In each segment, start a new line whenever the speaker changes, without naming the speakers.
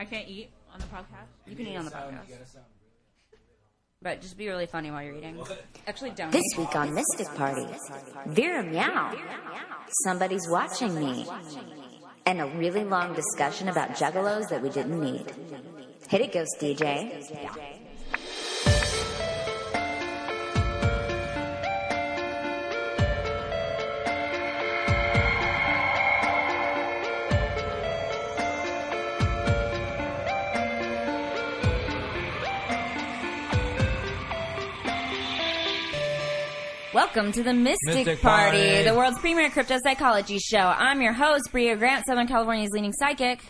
I can't eat on the podcast.
You can eat on the podcast. But just be really funny while you're eating. Actually, don't.
This week on Mystic Party, Vera Meow, somebody's watching me, and a really long discussion about juggalos that we didn't need. Hit it, Ghost DJ.
Welcome to the Mystic,
Mystic
Party,
Party.
the world's premier crypto psychology show. I'm your host, Bria Grant, Southern California's leading psychic.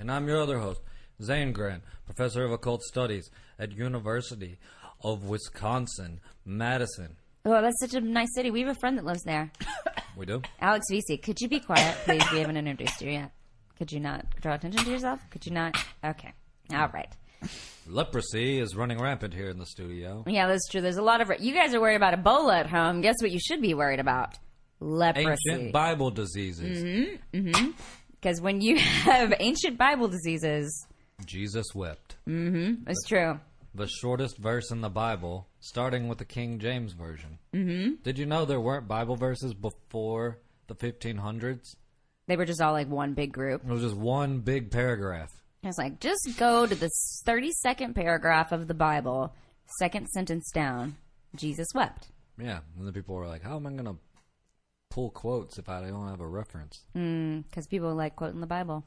And I'm your other host, Zane Grant, professor of occult studies at University of Wisconsin, Madison.
Oh, that's such a nice city. We have a friend that lives there.
We do?
Alex Vesey, could you be quiet, please? We haven't introduced you yet. Could you not draw attention to yourself? Could you not? Okay. All right.
Leprosy is running rampant here in the studio.
Yeah, that's true. There's a lot of. You guys are worried about Ebola at home. Guess what you should be worried about? Leprosy.
Ancient Bible diseases.
Because when you have ancient Bible diseases,
Jesus wept.
it's true.
The shortest verse in the Bible, starting with the King James Version. Mm-hmm. Did you know there weren't Bible verses before the 1500s?
They were just all like one big group.
It was just one big paragraph.
I was like, just go to the 32nd paragraph of the Bible, second sentence down. Jesus wept.
Yeah, and the people were like, "How am I gonna pull quotes if I don't have a reference?"
Because people like quoting the Bible.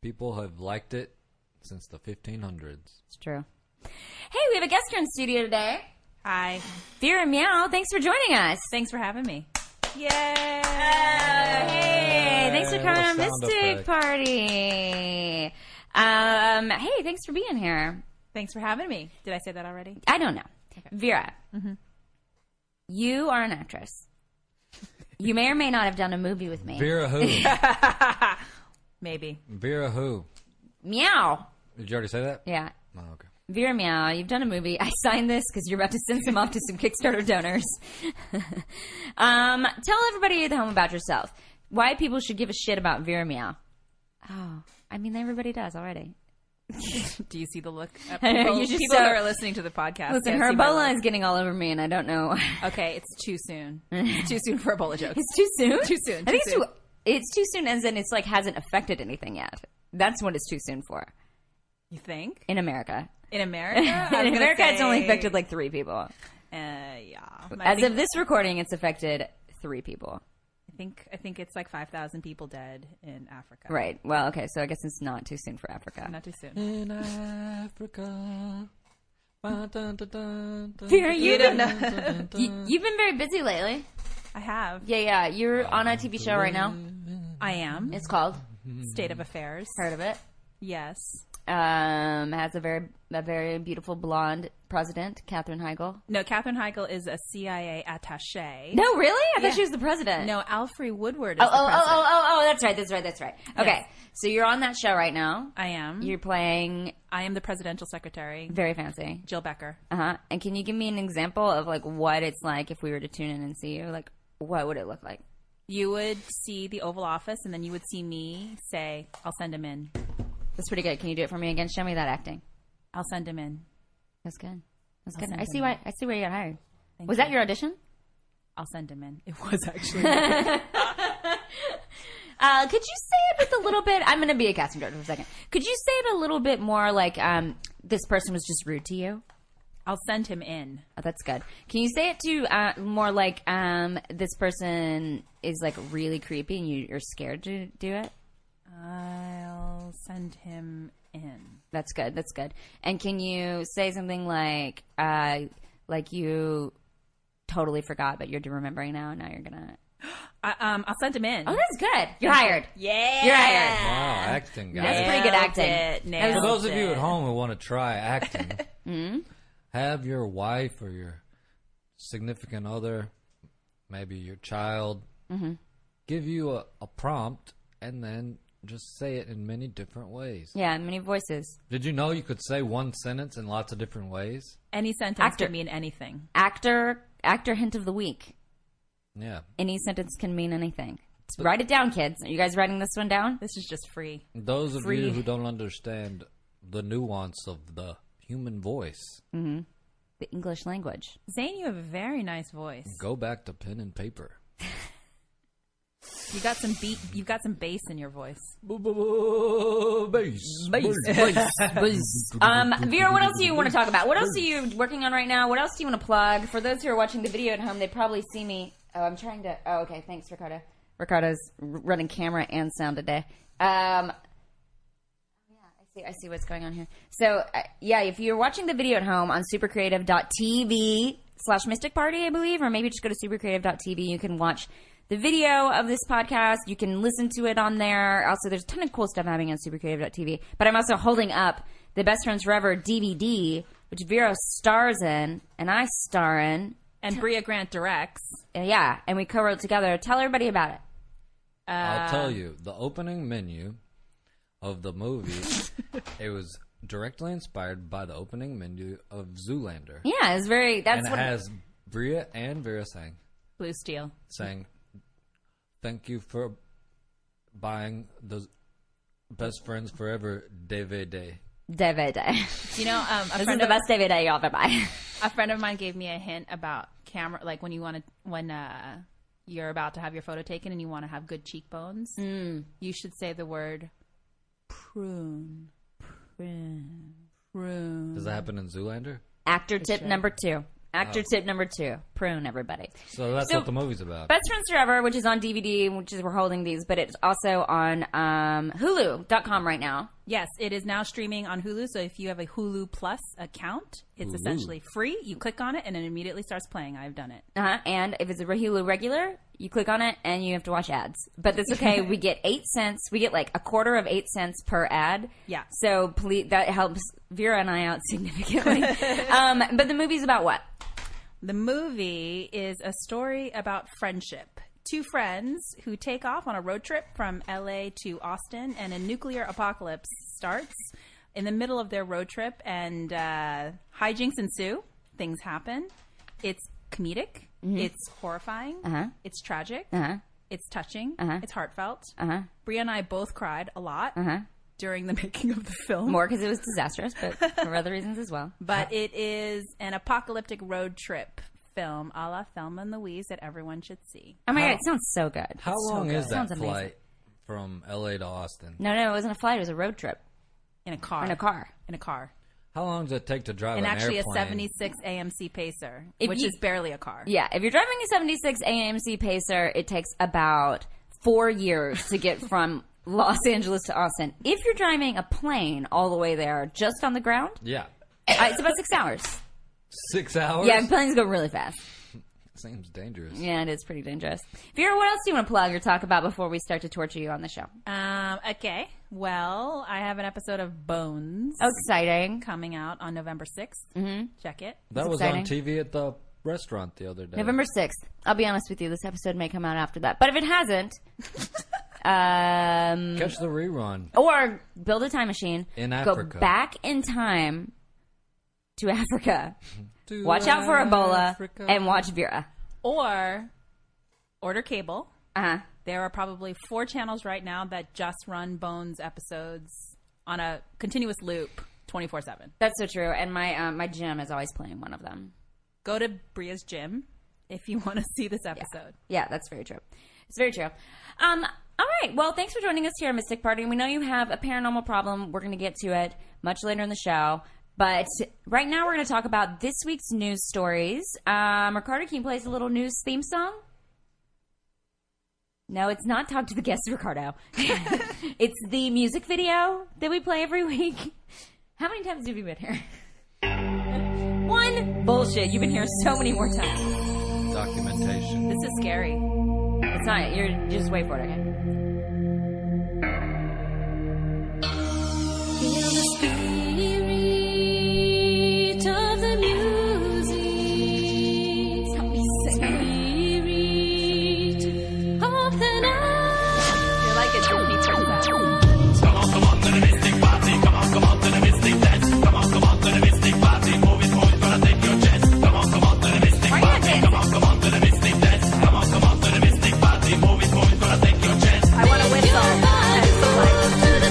People have liked it since the 1500s.
It's true. Hey, we have a guest here in studio today.
Hi.
Vera Meow, thanks for joining us.
Thanks for having me. Yay!
Hey, thanks for
Hey,
coming on
little sound
Mystic
effect.
Party. Um, hey, thanks for being here.
Thanks for having me. Did I say that already? Mm-hmm.
I don't know. Vera, you are an actress. You may or may not have done a movie with me.
Vera who?
Maybe.
Vera who?
Meow.
Did you already say that?
Yeah.
Oh, okay.
Vera Meow, you've done a movie. I signed this because you're about to send some off to some Kickstarter donors. um, tell everybody at home about yourself. Why people should give a shit about Vera Meow. Oh, I mean, everybody does already.
Do you see the look? At
I know,
people
you just
people
saw-
that are listening to the podcast.
Listen,
can't
her
see my
Ebola
look.
is getting all over me, and I don't know.
Okay, it's too soon. It's too soon for Ebola jokes.
It's too soon.
Too soon,
I
too
think it's
soon.
too. It's too soon, as in it's like hasn't affected anything yet. That's what it's too soon for
You think?
in America.
In America? I was
in
gonna
America, it's
say-
only affected like three people.
Uh, yeah. I
As
think,
of this recording, it's affected three people.
I think, I think it's like 5,000 people dead in Africa.
Right. Well, okay. So I guess it's not too soon for Africa.
Not too soon.
In Africa.
Vera, you
don't
You, you've been very busy lately.
I have.
Yeah, yeah. You're on a TV show right now.
I am.
It's called
State of affairs.
Heard of It.
Yes.
Um, has a very a very beautiful blonde president, Katherine Heigl.
No, Katherine Heigl is a CIA attache.
No, really? I
Yeah.
thought she was the president.
No, Alfred Woodward is
Oh,
the
oh, oh,
president.
oh, oh, oh, that's right, that's right, that's right. Okay,
Yes.
so you're on that show right now.
I am.
You're playing
I am the presidential secretary,
very fancy.
Jill Becker.
Uh huh. And can you give me an example of like what it's like if we were to tune in and see you? Like, what would it look like?
You would see the Oval Office, and then you would see me say, "I'll send him in.
That's pretty good. Can you do it for me again? Show me that acting.
I'll send him in.
That's good. That's good.
send
I see why. I see where you got hired.
Thank
Was
you.
that your audition?
I'll send him in. It was actually.
Uh, could you say it with a little bit? I'm going to be a casting director for a second. Could you say it a little bit more like um, this person was just rude to you?
I'll send him in.
Oh, that's good. Can you say it to uh, more like um, this person is like really creepy and you, you're scared to do it?
I'll send him in.
That's good. That's good. And can you say something like uh, like you totally forgot, but you're remembering now? Now you're gonna
I, um, I'll send him in.
Oh, that's good. You're hired.
yeah.
You're hired.
Wow, acting guys.
That's pretty good
Nailed
acting.
it,
That was-
nailed
For those of you
it.
at home who want to try acting,
Mm-hmm.
have your wife or your significant other, maybe your child,
Mm-hmm.
give you a, a prompt and then just say it in many different ways.
yeah, many voices.
Did you know you could say one sentence in lots of different ways?
Any sentence
Actor.
can mean anything.
Actor, actor hint of the week.
Yeah.
Any sentence can mean anything. Just write it down, kids. Are you guys writing this one down?
This is just free.
Those of
Free.
you who don't understand the nuance of the human voice,
The English language.
Zane, you have a very nice voice.
go back to pen and paper.
You got some beat. You got some bass in your voice.
Bass.
Um, Vera, what else do you want to talk about? What else are you working on right now? What else do you want to plug? For those who are watching the video at home, they probably see me. Oh, I'm trying to. Oh, okay. Thanks, Ricardo. Ricardo's r- running camera and sound today. Um, yeah, I see. I see what's going on here. So, uh, yeah, if you're watching the video at home on supercreative.tv slash mystic party, I believe, or maybe just go to supercreative.tv, you can watch the video of this podcast. You can listen to it on there. Also, there's a ton of cool stuff happening on supercreative.tv. But I'm also holding up the Best Friends Forever DVD, which Vero stars in, and I star in.
And Bria Grant directs.
And yeah, and we co-wrote together. Tell everybody about it. Uh.
I'll tell you, the opening menu of the movie, it was directly inspired by the opening menu of Zoolander.
Yeah, it's very. That's
and it
what.
has Bria and Vera saying,
Blue Steel.
saying, thank you for buying the Best Friends Forever DVD.
DVD.
You know, um, a,
This is
friend
the
of,
best DVD you'll ever buy.
a friend of mine gave me a hint about camera, like when you want to, when uh, you're about to have your photo taken and you want to have good cheekbones, you should say the word prune, prune, prune.
Does that happen in Zoolander?
Actor tip number two. Actor
Oh.
tip number two. Prune everybody.
So that's
So-
what the movie's about.
Best Friends Forever, which is on DVD, which is we're holding these, but it's also on um, Hulu.com right now.
Yes, it is now streaming on Hulu. So if you have a Hulu Plus account, it's essentially free. You click on it and it immediately starts playing. I've done it.
Uh-huh. And if it's a Hulu regular, you click on it and you have to watch ads. But that's okay. we get eight cents. We get like a quarter of eight cents per ad.
Yeah.
So please, that helps Vera and I out significantly. um, but the movie's about what?
The movie is a story about friendship. Two friends who take off on a road trip from LA to Austin, and a nuclear apocalypse starts in the middle of their road trip, and uh, hijinks ensue. Things happen. It's comedic. It's horrifying. It's tragic. It's touching. It's heartfelt. Bria and I both cried a lot during the making of the film.
More because it was disastrous, but for other reasons as well.
But it is an apocalyptic road trip film a la Thelma and Louise that everyone should see.
Oh my god, it sounds so good.
How long is that
Sounds amazing.
flight from LA to Austin?
No, no, it wasn't a flight. It was a road trip
In a car.
in a car.
In a car.
How long does it take to drive
and
Oh, an
actually
airplane?
a 76 AMC Pacer,
If
which
you-
is barely a car.
Yeah, if you're driving a 76 AMC Pacer, it takes about four years to get from Los Angeles to Austin. If you're driving a plane all the way there, just on the ground,
Yeah.
uh, it's about six hours.
Six hours?
Yeah, and planes go really fast.
Seems dangerous.
Yeah, it is pretty dangerous. Vera, what else do you want to plug or talk about before we start to torture you on the show?
Um, okay. Well, I have an episode of Bones
Oh, exciting.
coming out on November 6th.
Mm-hmm.
Check it.
That was on
exciting.
TV at the restaurant the other day.
November 6th. I'll be honest with you, this episode may come out after that. But if it hasn't, um,
Catch the rerun.
or build a time machine,
In
go
Africa.
back in time to Africa. Watch out for Ebola and watch Vera.
Or order cable.
Uh-huh.
There are probably four channels right now that just run Bones episodes on a continuous loop 24 7.
That's so true. And my um, my gym is always playing one of them.
go to Bria's gym if you want to see this episode.
Yeah, that's very true. It's very true. Um, all right. Well, thanks for joining us here at Mystic Party. We know you have a paranormal problem. We're going to get to it much later in the show. But right now, we're going to talk about this week's news stories. Um, Ricardo, can you play us a little news theme song? No, it's not Talk to the Guest, Ricardo. it's the music video that we play every week. How many times have you been here? One bullshit. You've been here so many more times.
Documentation.
This is scary.
It's That's not it. You're just wait for it. Okay. Help me sing.
You're like a Disney princess.
Why are you dancing?
I want to whistle. And it's like,
What are you dancing with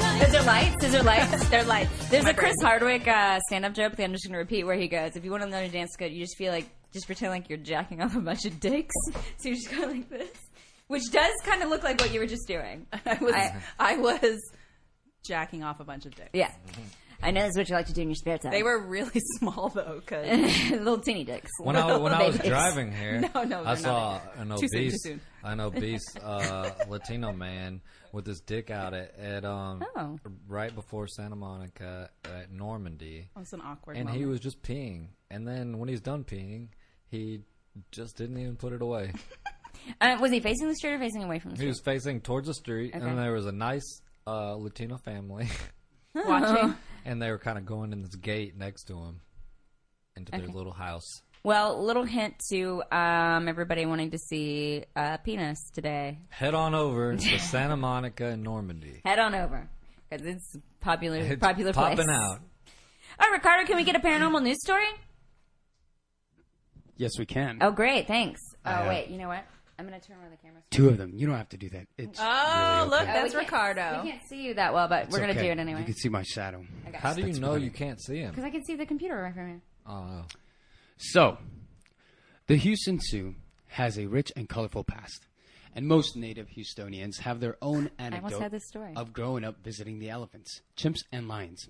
them? Is there lights? Is there lights?
they're lights.
There's a Chris Hardwick uh, stand-up joke that I'm just going to repeat where he goes. If you want to know your dance good, you just feel like just pretend like you're jacking off a bunch of dicks. So you just go like this, which does kind of look like what you were just doing.
I was, I,
I-
was jacking off a bunch of dicks.
Yeah, I know that's what you like to do in your spare time.
They were really small though, because
little teeny dicks.
When I when I was
Babies.
driving here,
No, no,
I
they're
saw
not.
an
Too soon, too
obese,
soon.
an obese uh, Latino man with his dick out at, at um
Oh.
right before Santa Monica at Normandy,
was an awkward
and
moment.
he was just peeing. And then when he's done peeing, he just didn't even put it away.
Uh, was he facing the street or facing away from the
He
street?
was facing towards the street,
Okay.
and there was a nice uh, Latino family,
watching.
and they were kind of going in this gate next to him into their little house.
Well, little hint to um, everybody wanting to see uh, penis today.
Head on over to Santa Monica in Normandy.
Head on over because it's popular,
It's
popular place.
popping out.
Oh, Ricardo, can we get a paranormal news story?
Yes, we can.
Oh, great, thanks. Oh,
Uh,
wait, you know what? I'm gonna turn where the camera's.
Two of them. You don't have to do that. It's
Oh,
really
look,
okay.
that's
we can't-
Ricardo.
We can't see you that well, but
It's
we're gonna
okay.
do it anyway.
You can see my shadow.
How do you
That's
know
funny.
you can't see him?
Because I can see the computer right from here.
Oh,
So, the Houston Sioux has a rich and colorful past, and most native Houstonians have their own anecdote
had this story.
of growing up visiting the elephants, chimps, and lions.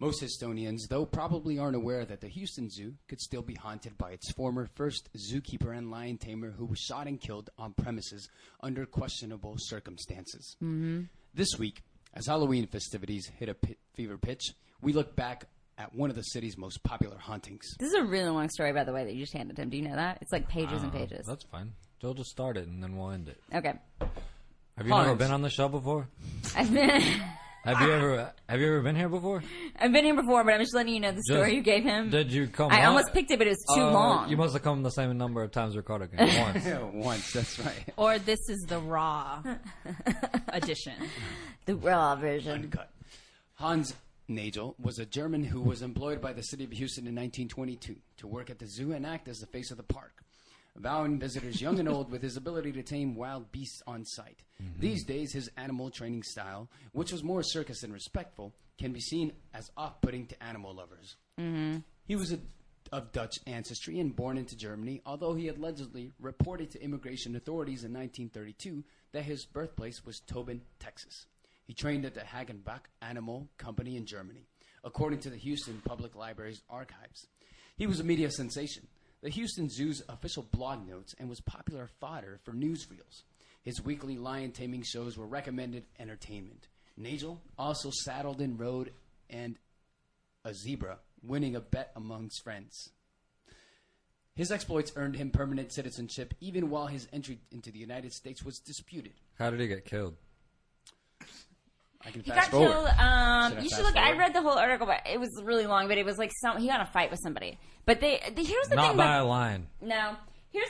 Most Houstonians, though, probably aren't aware that the Houston Zoo could still be haunted by its former first zookeeper and lion tamer who was shot and killed on premises under questionable circumstances.
Mm-hmm.
This week, as Halloween festivities hit a pi fever pitch, we look back at one of the city's most popular hauntings.
This is a really long story, by the way, that you just handed him. Do you know that? It's like pages
Uh,
and pages.
that's fine. Joel, just start it and then we'll end it.
Okay.
Have you ever
Hans.
been on the show before?
I've been,
Have you ever Have you ever been here before?
I've been here before, but I'm just letting you know the story
Just-
you gave him.
Did you come?
I
on-
almost picked it, but it was too
Uh,
long.
You must have come the same number of times Ricardo came once.
Yeah, once. That's right.
Or this is the raw edition.
the raw version.
Uncut. Hans Nagel was a German who was employed by the city of Houston in 1922 to work at the zoo and act as the face of the park, vowing visitors young and old with his ability to tame wild beasts on site. These days, his animal training style, which was more circus than respectful, can be seen as off-putting to animal lovers. He was a, of Dutch ancestry and born into Germany, although he allegedly reported to immigration authorities in 1932 that his birthplace was Tobin, Texas. He trained at the Hagenbach Animal Company in Germany, according to the Houston Public Library's archives. He was a media sensation, the Houston Zoo's official blog notes, and was popular fodder for newsreels. His weekly lion taming shows were recommended entertainment. Nagel also saddled and rode and a zebra, winning a bet amongst friends. His exploits earned him permanent citizenship, even while his entry into the United States was disputed.
How did he get killed?
I can
He got
fast forward.
killed. Um,
Should I
you should
fast
look. I
forward?
read the whole article, but it was really long. But it was like some. He got in a fight with somebody. But they. The, here's the
Not
thing.
by a
about,
lion.
no. Here's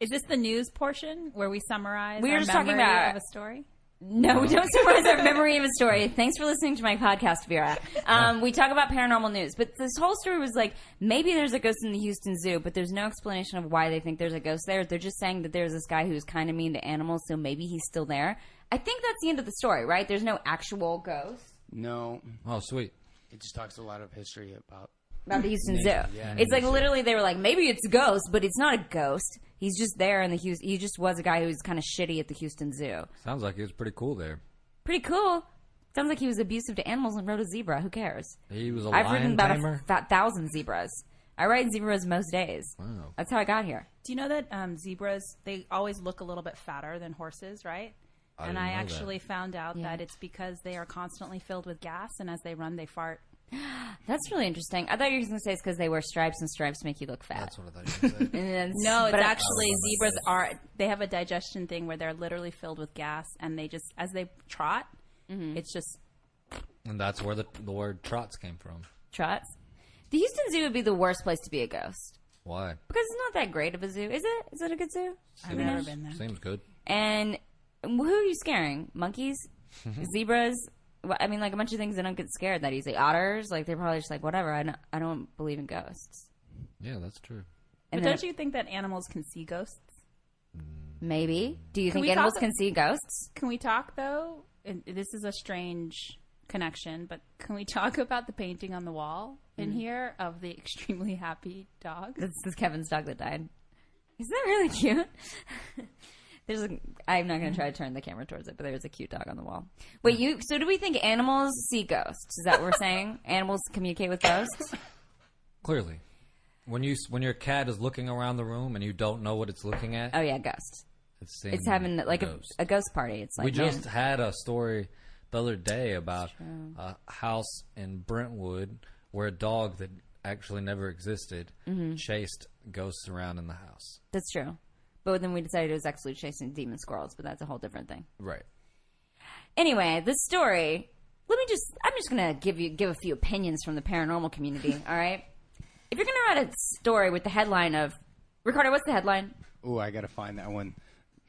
Is this the news portion where we summarize
We were
our
just talking
memory
about-
of a story?
No, don't summarize our memory of a story. Thanks for listening to my podcast, Vera. Um, we talk about paranormal news, but this whole story was like maybe there's a ghost in the Houston Zoo, but there's no explanation of why they think there's a ghost there. They're just saying that there's this guy who's kind of mean to animals, so maybe he's still there. I think that's the end of the story, right? There's no actual ghost
No,
Oh, sweet.
it just talks a lot of history about.
about the Houston Zoo.
yeah,
it's like literally they were like maybe it's a ghost, but it's not a ghost. He's just there in the Houston. He just was a guy who was kind of shitty at the Houston Zoo.
Sounds like he was pretty cool there.
Pretty cool. Sounds like he was abusive to animals and rode a zebra. Who cares?
He was a
I've ridden
lion
about a
tamer.
fa- thousand zebras. I ride zebras most days.
Wow.
That's how I got here.
Do you know that um, zebras they always look a little bit fatter than horses, right?
I
and
didn't
I
know that.
actually found out
Yeah.
that it's because they are constantly filled with gas, and as they run, they fart.
That's really interesting. I thought you were going to say it's because they wear stripes and stripes make you look fat.
That's what I thought you were saying.
And then-
No, it's
but I-
Oh,
actually zebras are they have a digestion thing where they're literally filled with gas and they just as they trot, it's just
and that's where the, the word trots came from.
trots. The Houston Zoo would be the worst place to be a ghost
Why?
because it's not that great of a zoo, is it? Is it a good zoo?
I've never been there.
Seems good.
And who are you scaring? Monkeys, zebras. Well, I mean, like a bunch of things that don't get scared that easily. Otters, like they're probably just like whatever. I don't, I don't believe in ghosts.
Yeah, that's true.
But
And
don't you think that animals can see ghosts?
Maybe. Do you think
we
animals
talk-
can see ghosts?
Can we talk though? And this is a strange connection, but can we talk about the painting on the wall in
Mm.
here of the extremely happy dog?
This is Kevin's dog that died. Isn't that really cute? there's a. I'm not going to try to turn the camera towards it, but there's a cute dog on the wall. Wait, you. So do we think animals see ghosts? Is that what we're saying? Animals communicate with ghosts?
Clearly, when you s- when your cat is looking around the room and you don't know what it's looking at,
Oh yeah, ghosts.
it's seeing
It's having like a,
ghost.
a ghost party. It's like
we
man,
just had a story the other day about a house in Brentwood where a dog that actually never existed
Mm-hmm.
chased ghosts around in the house.
That's true. But then we decided it was actually chasing demon squirrels, but that's a whole different thing.
Right.
Anyway, this story. Let me just. I'm just gonna give you give a few opinions from the paranormal community. all right. If you're gonna write a story with the headline of Ricardo, what's the headline?
Ooh, I gotta find that one.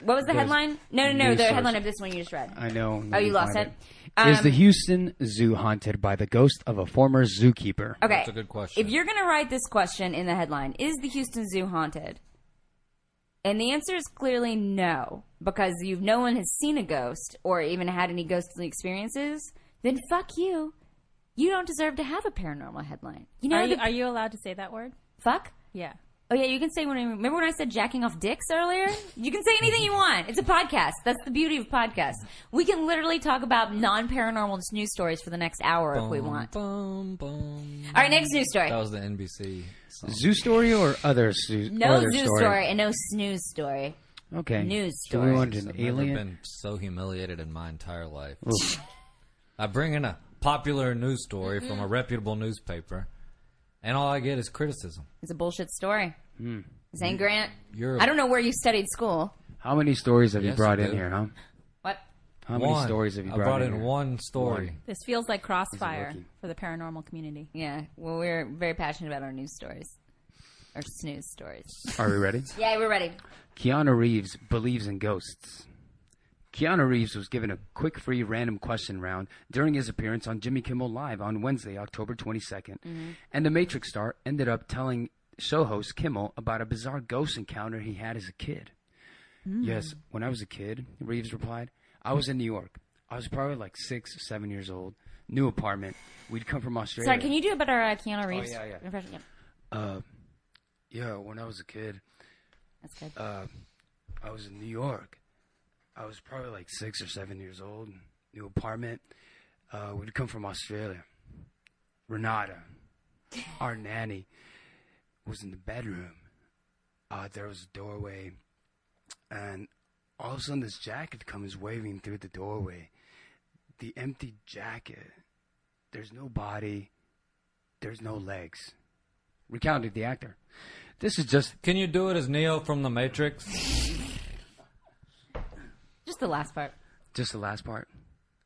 What was the
There's
headline? No, no, no.
news
The
source.
headline of this one you just read.
I know.
Oh,
let
you
me
lost
find
it. Um,
Is the Houston Zoo haunted by the ghost of a former zookeeper?
Okay,
That's a good question.
If you're gonna write this question in the headline, is the Houston Zoo haunted? And the answer is clearly no, because you've no one has seen a ghost or even had any ghostly experiences. Then fuck you. You don't deserve to have a paranormal headline. You know
are, you,
the Oh,
are you allowed to say that word? Uh, Uh,
uh, Oh,
Uh,
spots of tea because I would love
uh, uh,
a spot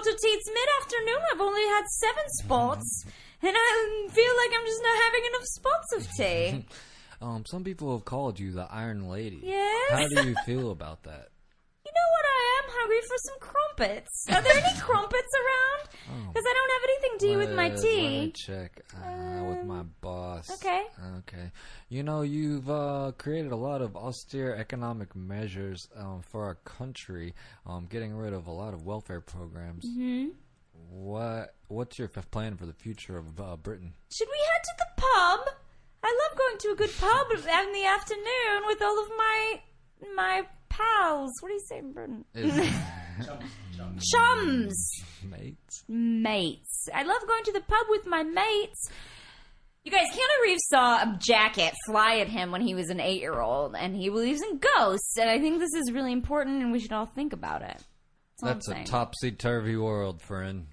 of tea. It's mid afternoon. I've only had seven spots, and I feel like I'm just not having enough spots of tea.
Um, some people have called you the Iron Lady.
Yes.
How do you feel about that?
You know what? I am hungry for some crumpets. Are there any crumpets around? Because I don't have anything to eat with my
Let- Uh, Let me
tea. Um,
check uh, with my boss.
okay.
Okay. You know, you've uh, created a lot of austere economic measures um, for our country, um, getting rid of a lot of welfare programs. Mm-hmm. What What's your f- plan for the future of uh, Britain?
Should we head to the pub? I love going to a good pub in the afternoon with all of my my pals. What do you say, Britain?
Is
Chums.
mates?
mates. I love going to the pub with my mates. You guys, Keanu Reeves saw a jacket fly at him when he was an eight year old, and he believes in ghosts. And I think this is really important, and we should all think about it. all I'm
That's a
saying.
topsy turvy world, friend.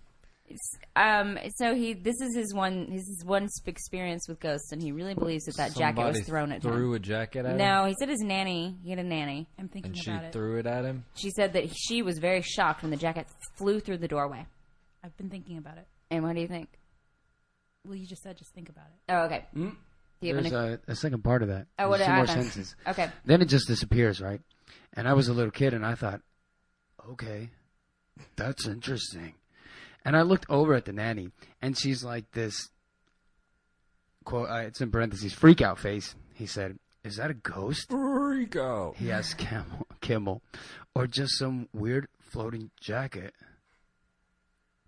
Um, so he, this is his one, his is one sp- experience with ghosts, and he really believes that that jacket
Somebody
was thrown at
threw
him.
a jacket at him,
No, he said his nanny. He had a nanny.
I'm thinking
and she
about it.
threw it at him.
She said that she was very shocked when the jacket flew through the doorway.
I've been thinking about it.
And what do you think?
Well, you just said just think about it.
Oh, okay. Do you have
There's
any-
a, a second part of that.
Oh, what did
There's two
I
more
miss?
sentences.
Okay.
Then it just disappears, right? And I was a little kid, and I thought, okay, that's interesting. And I looked over at the nanny, and she's like this. Quote: uh, It's in parentheses. Freak out face. He said, "Is that a ghost?"
Freak out.
He asked Camel, Kimmel, or just some weird floating jacket.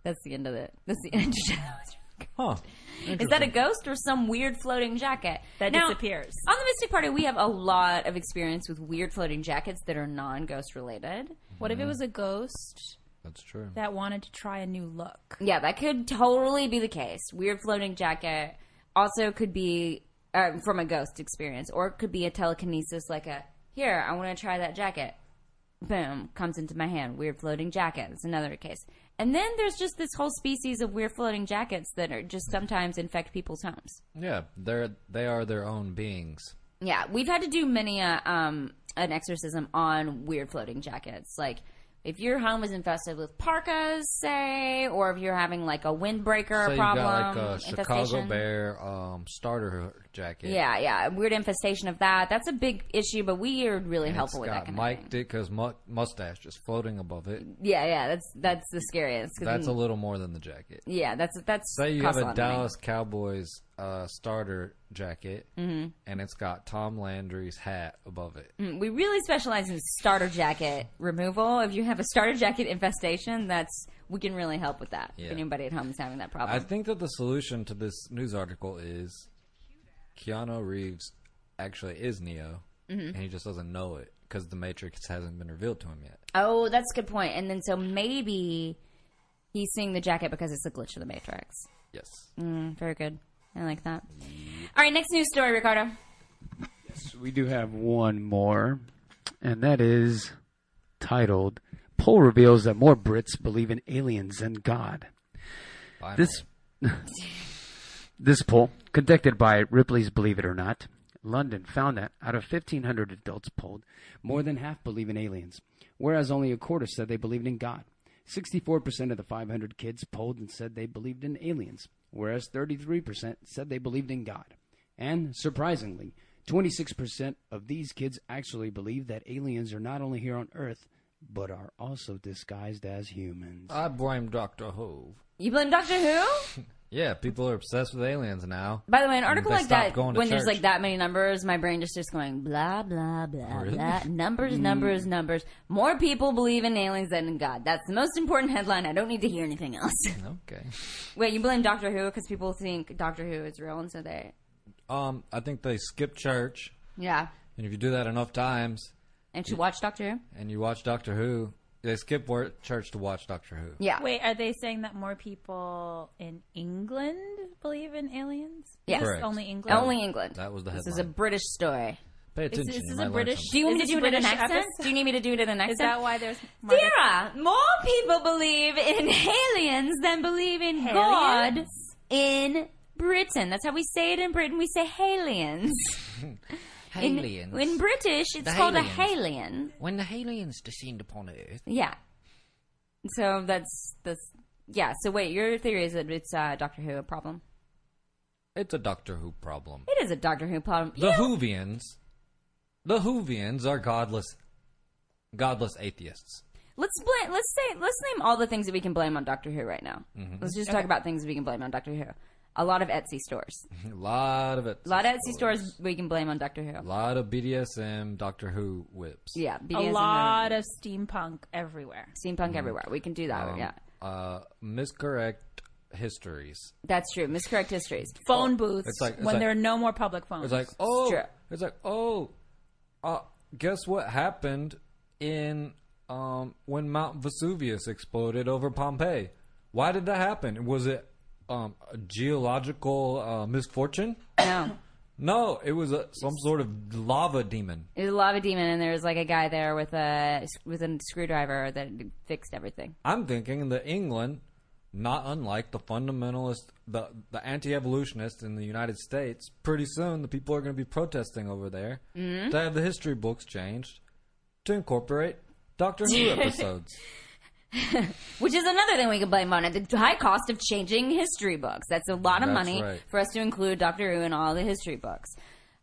That's the end of it. That's the end.
Huh.
Is that a ghost or some weird floating jacket
That
Now,
disappears.
On the Mystic Party, we have a lot of experience with weird floating jackets that are non-ghost related.
What
Mm-hmm.
if it was a ghost
That's true.
that wanted to try a new look?
Yeah, that could totally be the case. Weird floating jacket also could be uh, from a ghost experience, or it could be a telekinesis, like a here. I want to try that jacket. Boom comes into my hand. Weird floating jacket. It's another case. And then there's just this whole species of weird floating jackets that are just sometimes infect people's homes.
Yeah, they're they are their own beings.
Yeah, we've had to do many uh, um, an exorcism on weird floating jackets. Like if your home is infested with parkas, say, or if you're having like a windbreaker
so you
problem,
got like a Chicago
infestation.
Bear um, starter jacket.
Yeah, yeah, weird infestation of that. That's a big issue, but we are really
It's
helpful with that
got
kind of
Mike
thing.
Ditka's mu- mustache just floating above it.
Yeah, yeah, that's that's the scariest. 'cause
That's a
then-
little more than the jacket.
yeah, that's that's
Say you
costs
have
lot
a
of money.
Dallas Cowboys uh, starter jacket,
Mm-hmm.
and it's got Tom Landry's hat above it.
Mm, We really specialize in starter jacket removal. If you have a starter jacket infestation, that's we can really help with that.
Yeah.
If anybody at home is having that problem,
I think that the solution to this news article is Keanu Reeves actually is Neo,
Mm-hmm.
and he just doesn't know it because the Matrix hasn't been revealed to him yet.
Oh, that's a good point. And then so maybe he's seeing the jacket because it's a glitch of the Matrix.
Yes.
Mm, very good. I like that. All right, next news story, Ricardo.
We do have one more, and that is titled Poll Reveals That More Brits Believe in Aliens Than God.
Finally.
This this poll, conducted by Ripley's Believe It or Not, London found that out of 1,500 adults polled, more than half believe in aliens, whereas only a quarter said they believed in God. 64% of the 500 kids polled and said they believed in aliens, whereas 33% said they believed in God. And surprisingly, 26% of these kids actually believe that aliens are not only here on Earth, but are also disguised as humans.
I blame Doctor Who.
You blame Doctor Who?
Yeah, people are obsessed with aliens now.
By the way, an article
Mm, They
like
stopped
that,
going
when
to
there's
church.
like that many numbers, my brain just starts going blah blah blah blah.
Mm.
Numbers, numbers, numbers. More people believe in aliens than in God. That's the most important headline. I don't need to hear anything else.
Okay.
Wait, you blame Doctor Who because people think Doctor Who is real, and so they
Um, I think they skip church,
yeah.
and if you do that enough times,
And should watch Doctor Who.
and you watch Doctor Who, they skip wor- church to watch Doctor Who.
Yeah.
Wait, are they saying that more people in England believe in aliens?
Yes.
Just
Correct.
Only England.
Only England.
That was the
This is a
headline.
British story.
Pay
Is
attention.
this
you might
is a
learn
British?
Do you want me to
is
do
this
it in an
British
accent?
episode?
Do you need me to do it in an accent?
Is that why there's more
Sarah, more people believe in aliens than believe in God in Britain. That's how we say it in Britain. We say aliens. In,
Aliens.
in British, it's
The
called
aliens.
a Halion.
When the aliens descend upon Earth,
Yeah. So that's that's yeah. So wait, your theory is that it's uh, Doctor Who a problem?
it's a Doctor Who problem.
It is a Doctor Who problem. You
The
know-
Whovians, the Whovians are godless, godless atheists.
Let's blame. Let's say. Let's name all the things that we can blame on Doctor Who right now.
Mm-hmm.
Let's just talk about things we can blame on Doctor Who. A lot of Etsy stores.
A lot of it.
A lot of Etsy stores we can blame on Doctor
A
Who.
lot of BDSM Doctor Who whips.
Yeah,
a
BDSM,
lot of steampunk everywhere.
steampunk everywhere. We can do that.
Mm-hmm. Um,
yeah,
Uh, miscorrect histories.
that's true. Miscorrect histories.
Phone booths
It's like- it's
when
like-
there are no more public phones.
It's like oh,
true.
it's like oh, uh, guess what happened in um when Mount Vesuvius exploded over Pompeii? Why did that happen? Was it um a geological uh, misfortune?
No,
No, it was a, some sort of lava demon.
it was a lava demon, and there was like a guy there with a with a screwdriver that fixed everything.
I'm thinking that England, not unlike the fundamentalist, the, the anti evolutionists in the United States, pretty soon the people are going to be protesting over there to have the history books changed to incorporate Doctor Who episodes.
Which is another thing we can blame on it. The high cost of changing history books. That's a lot of
That's
money
right.
for us to include Doctor Who in all the history books.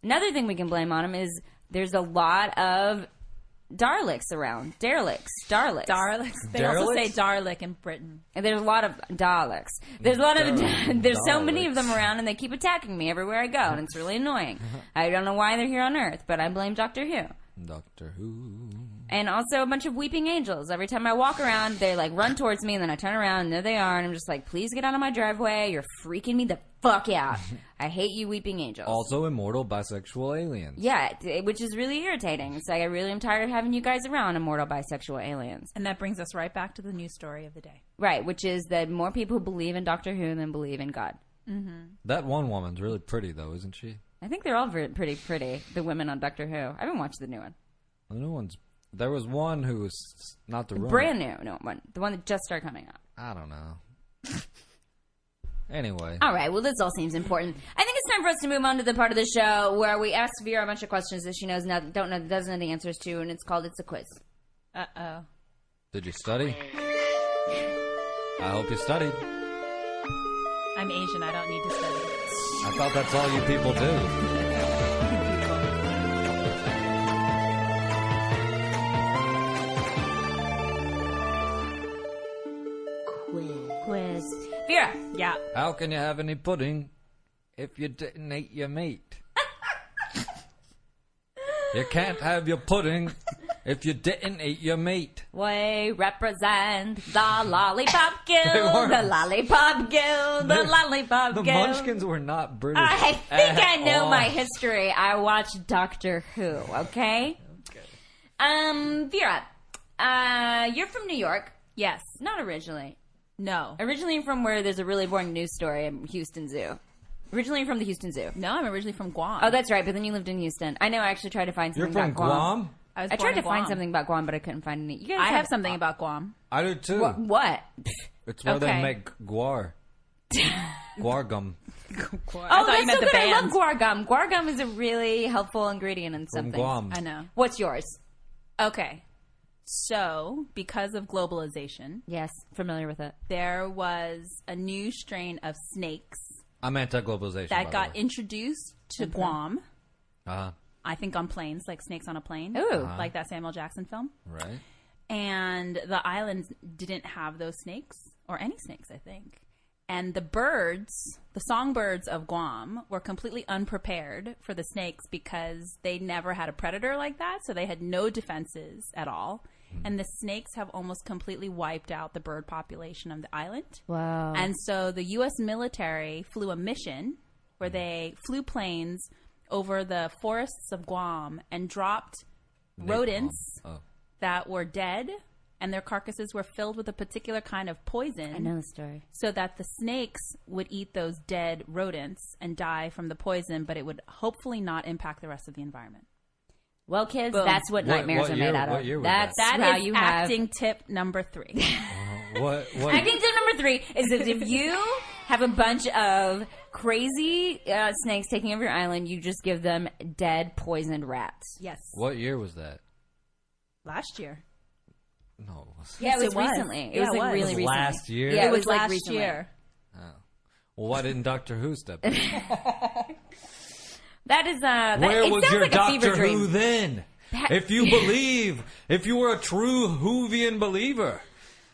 Another thing we can blame on him is there's a lot of Daleks around. Derelicts. Daleks.
Darlicks. They also say
Derelicts?
Darlick in Britain.
and there's a lot of Daleks. There's a lot of
Daleks.
there's so many of
Daleks.
them around and they keep attacking me everywhere I go and it's really annoying. I don't know why they're here on earth, but I blame Doctor Who.
Doctor Who.
And also a bunch of weeping angels. Every time I walk around, they like run towards me, and then I turn around, and there they are, and I'm just like, please get out of my driveway. You're freaking me the fuck out. I hate you, weeping angels.
Also, immortal bisexual aliens.
yeah, it- which is really irritating. It's like I really am tired of having you guys around, immortal bisexual aliens.
And that brings us right back to the news story of the day.
Right, which is that more people believe in Doctor Who than believe in God.
That one woman's really pretty, though, isn't she?
I think they're all ver- pretty pretty. The women on Doctor Who. I haven't watched the new one,
The new one's. There was one who was not the
the
ruin-
brand new no one, the one that just started coming out.
I don't know. anyway.
All right. Well, this all seems important. I think it's time for us to move on to the part of the show where we ask Vera a bunch of questions that she knows no, don't know doesn't know the answers to, and it's called "It's a Quiz."
Uh oh.
Did you study? I hope you studied.
I'm Asian. I don't need to study.
I thought that's all you people do.
Quiz. Vera,
Yeah.
How can you have any pudding if you didn't eat your meat? you can't have your pudding if you didn't eat your meat.
we represent the Lollipop Guild,
weren't.
the Lollipop Guild, the
They-
Lollipop
The
Guild.
Munchkins were not British.
I think
at
I know
all.
my history. I watched Doctor Who. Okay. Um, Vera, uh, you're from New York.
Yes.
Not originally.
No.
Originally from where there's a really boring news story in Houston Zoo. Originally from the Houston Zoo.
No, I'm originally from Guam.
Oh, that's right. But then you lived in Houston. I know. I actually tried to find
You're
something
from
about Guam.
Guam?
was
I
born
tried
in
to find
Guam.
something about Guam, but I couldn't find any. You guys
I have something about Guam.
I do too.
Wha- What?
It's where
Okay.
they make guar. guar gum.
I
oh,
thought you
that's
meant
so
the
good. I love
band.
guar gum. Guar gum is a really helpful ingredient in
From
something.
Guam.
I know.
What's yours?
Okay. So, because of globalization,
Yes, familiar with it.
there was a new strain of snakes
I'm anti-globalization.
that
by
got
the way.
introduced to Guam.
Uh-huh.
I think on planes, like snakes on a plane,
Ooh.
like that Samuel Jackson film.
Right.
and the island didn't have those snakes or any snakes, I think. And the birds, the songbirds of Guam, were completely unprepared for the snakes because they never had a predator like that, so they had no defenses at all. And the snakes have almost completely wiped out the bird population of the island.
Wow.
And so the U.S. military flew a mission where they flew planes over the forests of Guam and dropped rodents
Guam.
that were dead and their carcasses were filled with a particular kind of poison
I know the story.
so that the snakes would eat those dead rodents and die from the poison but it would hopefully not impact the rest of the environment
Well, kids,
Boom.
that's what,
What-
nightmares
what
are
year-
made out of.
what year was
that's
That is
how you have
acting tip number three
Oh. What? What?
Acting tip number three is that if you have a bunch of crazy uh, snakes taking over your island, you just give them dead, poisoned rats.
Yes.
What year was that?
Last year.
No. it wasn't.
Yeah,
Yes,
it was
it was.
recently. It
Yeah,
was
it
like
was.
really
It
was
recently.
last year?
Yeah, it,
it
was,
was
like
last
recently.
year.
Oh. Well, why didn't Doctor Who step in?
That is uh, that,
Where
it
was
sounds
your
like a fever
Doctor
dream.
Who then?
That-
if you believe, if you were a true Whovian believer,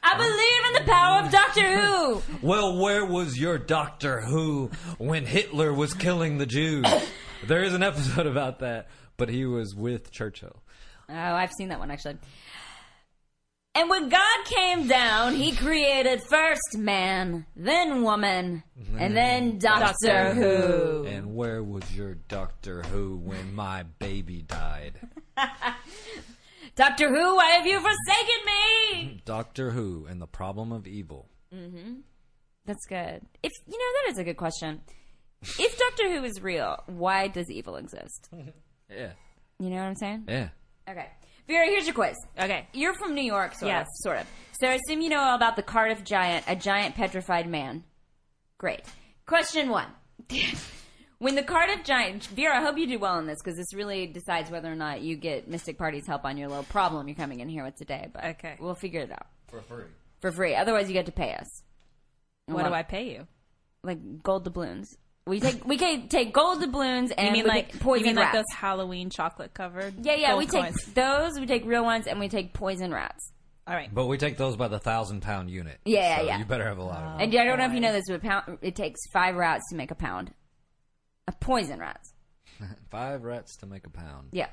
I believe in the power of Doctor Who.
well, where was your Doctor Who when Hitler was killing the Jews? there is an episode about that, but he was with Churchill.
Oh, I've seen that one actually. And when God came down, he created first man, then woman,
Mm-hmm.
and then Doctor Who.
And where was your Doctor Who when my baby died?
Doctor Who, why have you forsaken me?
Doctor Who and the problem of evil.
That's good. If you know that is a good question. If Doctor Who is real, why does evil exist?
Yeah,
You know what I'm saying?
yeah.
Okay. Vera, here's your quiz.
Okay.
You're from New York, sort
Yes.
of. Sort of. So I assume you know all about the Cardiff Giant, a giant petrified man. Great. Question one. when the Cardiff Giant, Vera, I hope you do well on this because this really decides whether or not you get Mystic Party's help on your little problem you're coming in here with today. But
Okay.
we'll figure it out
For free.
for free. Otherwise, you get to pay us.
What do
Well,
I pay you?
like gold doubloons? We take we can take gold doubloons and
You mean
we
like
take
you
poison
mean like
rats.
those Halloween chocolate covered?
yeah, yeah. We take
Coins.
those. We take real ones, and we take poison rats.
All right.
But we take those by the thousand pound unit.
Yeah,
so
yeah.
You better have a lot of
Oh,
them.
And I don't know if you know this, but pound, it takes five rats to make a pound. A poison rats.
Five rats to make a pound.
Yeah.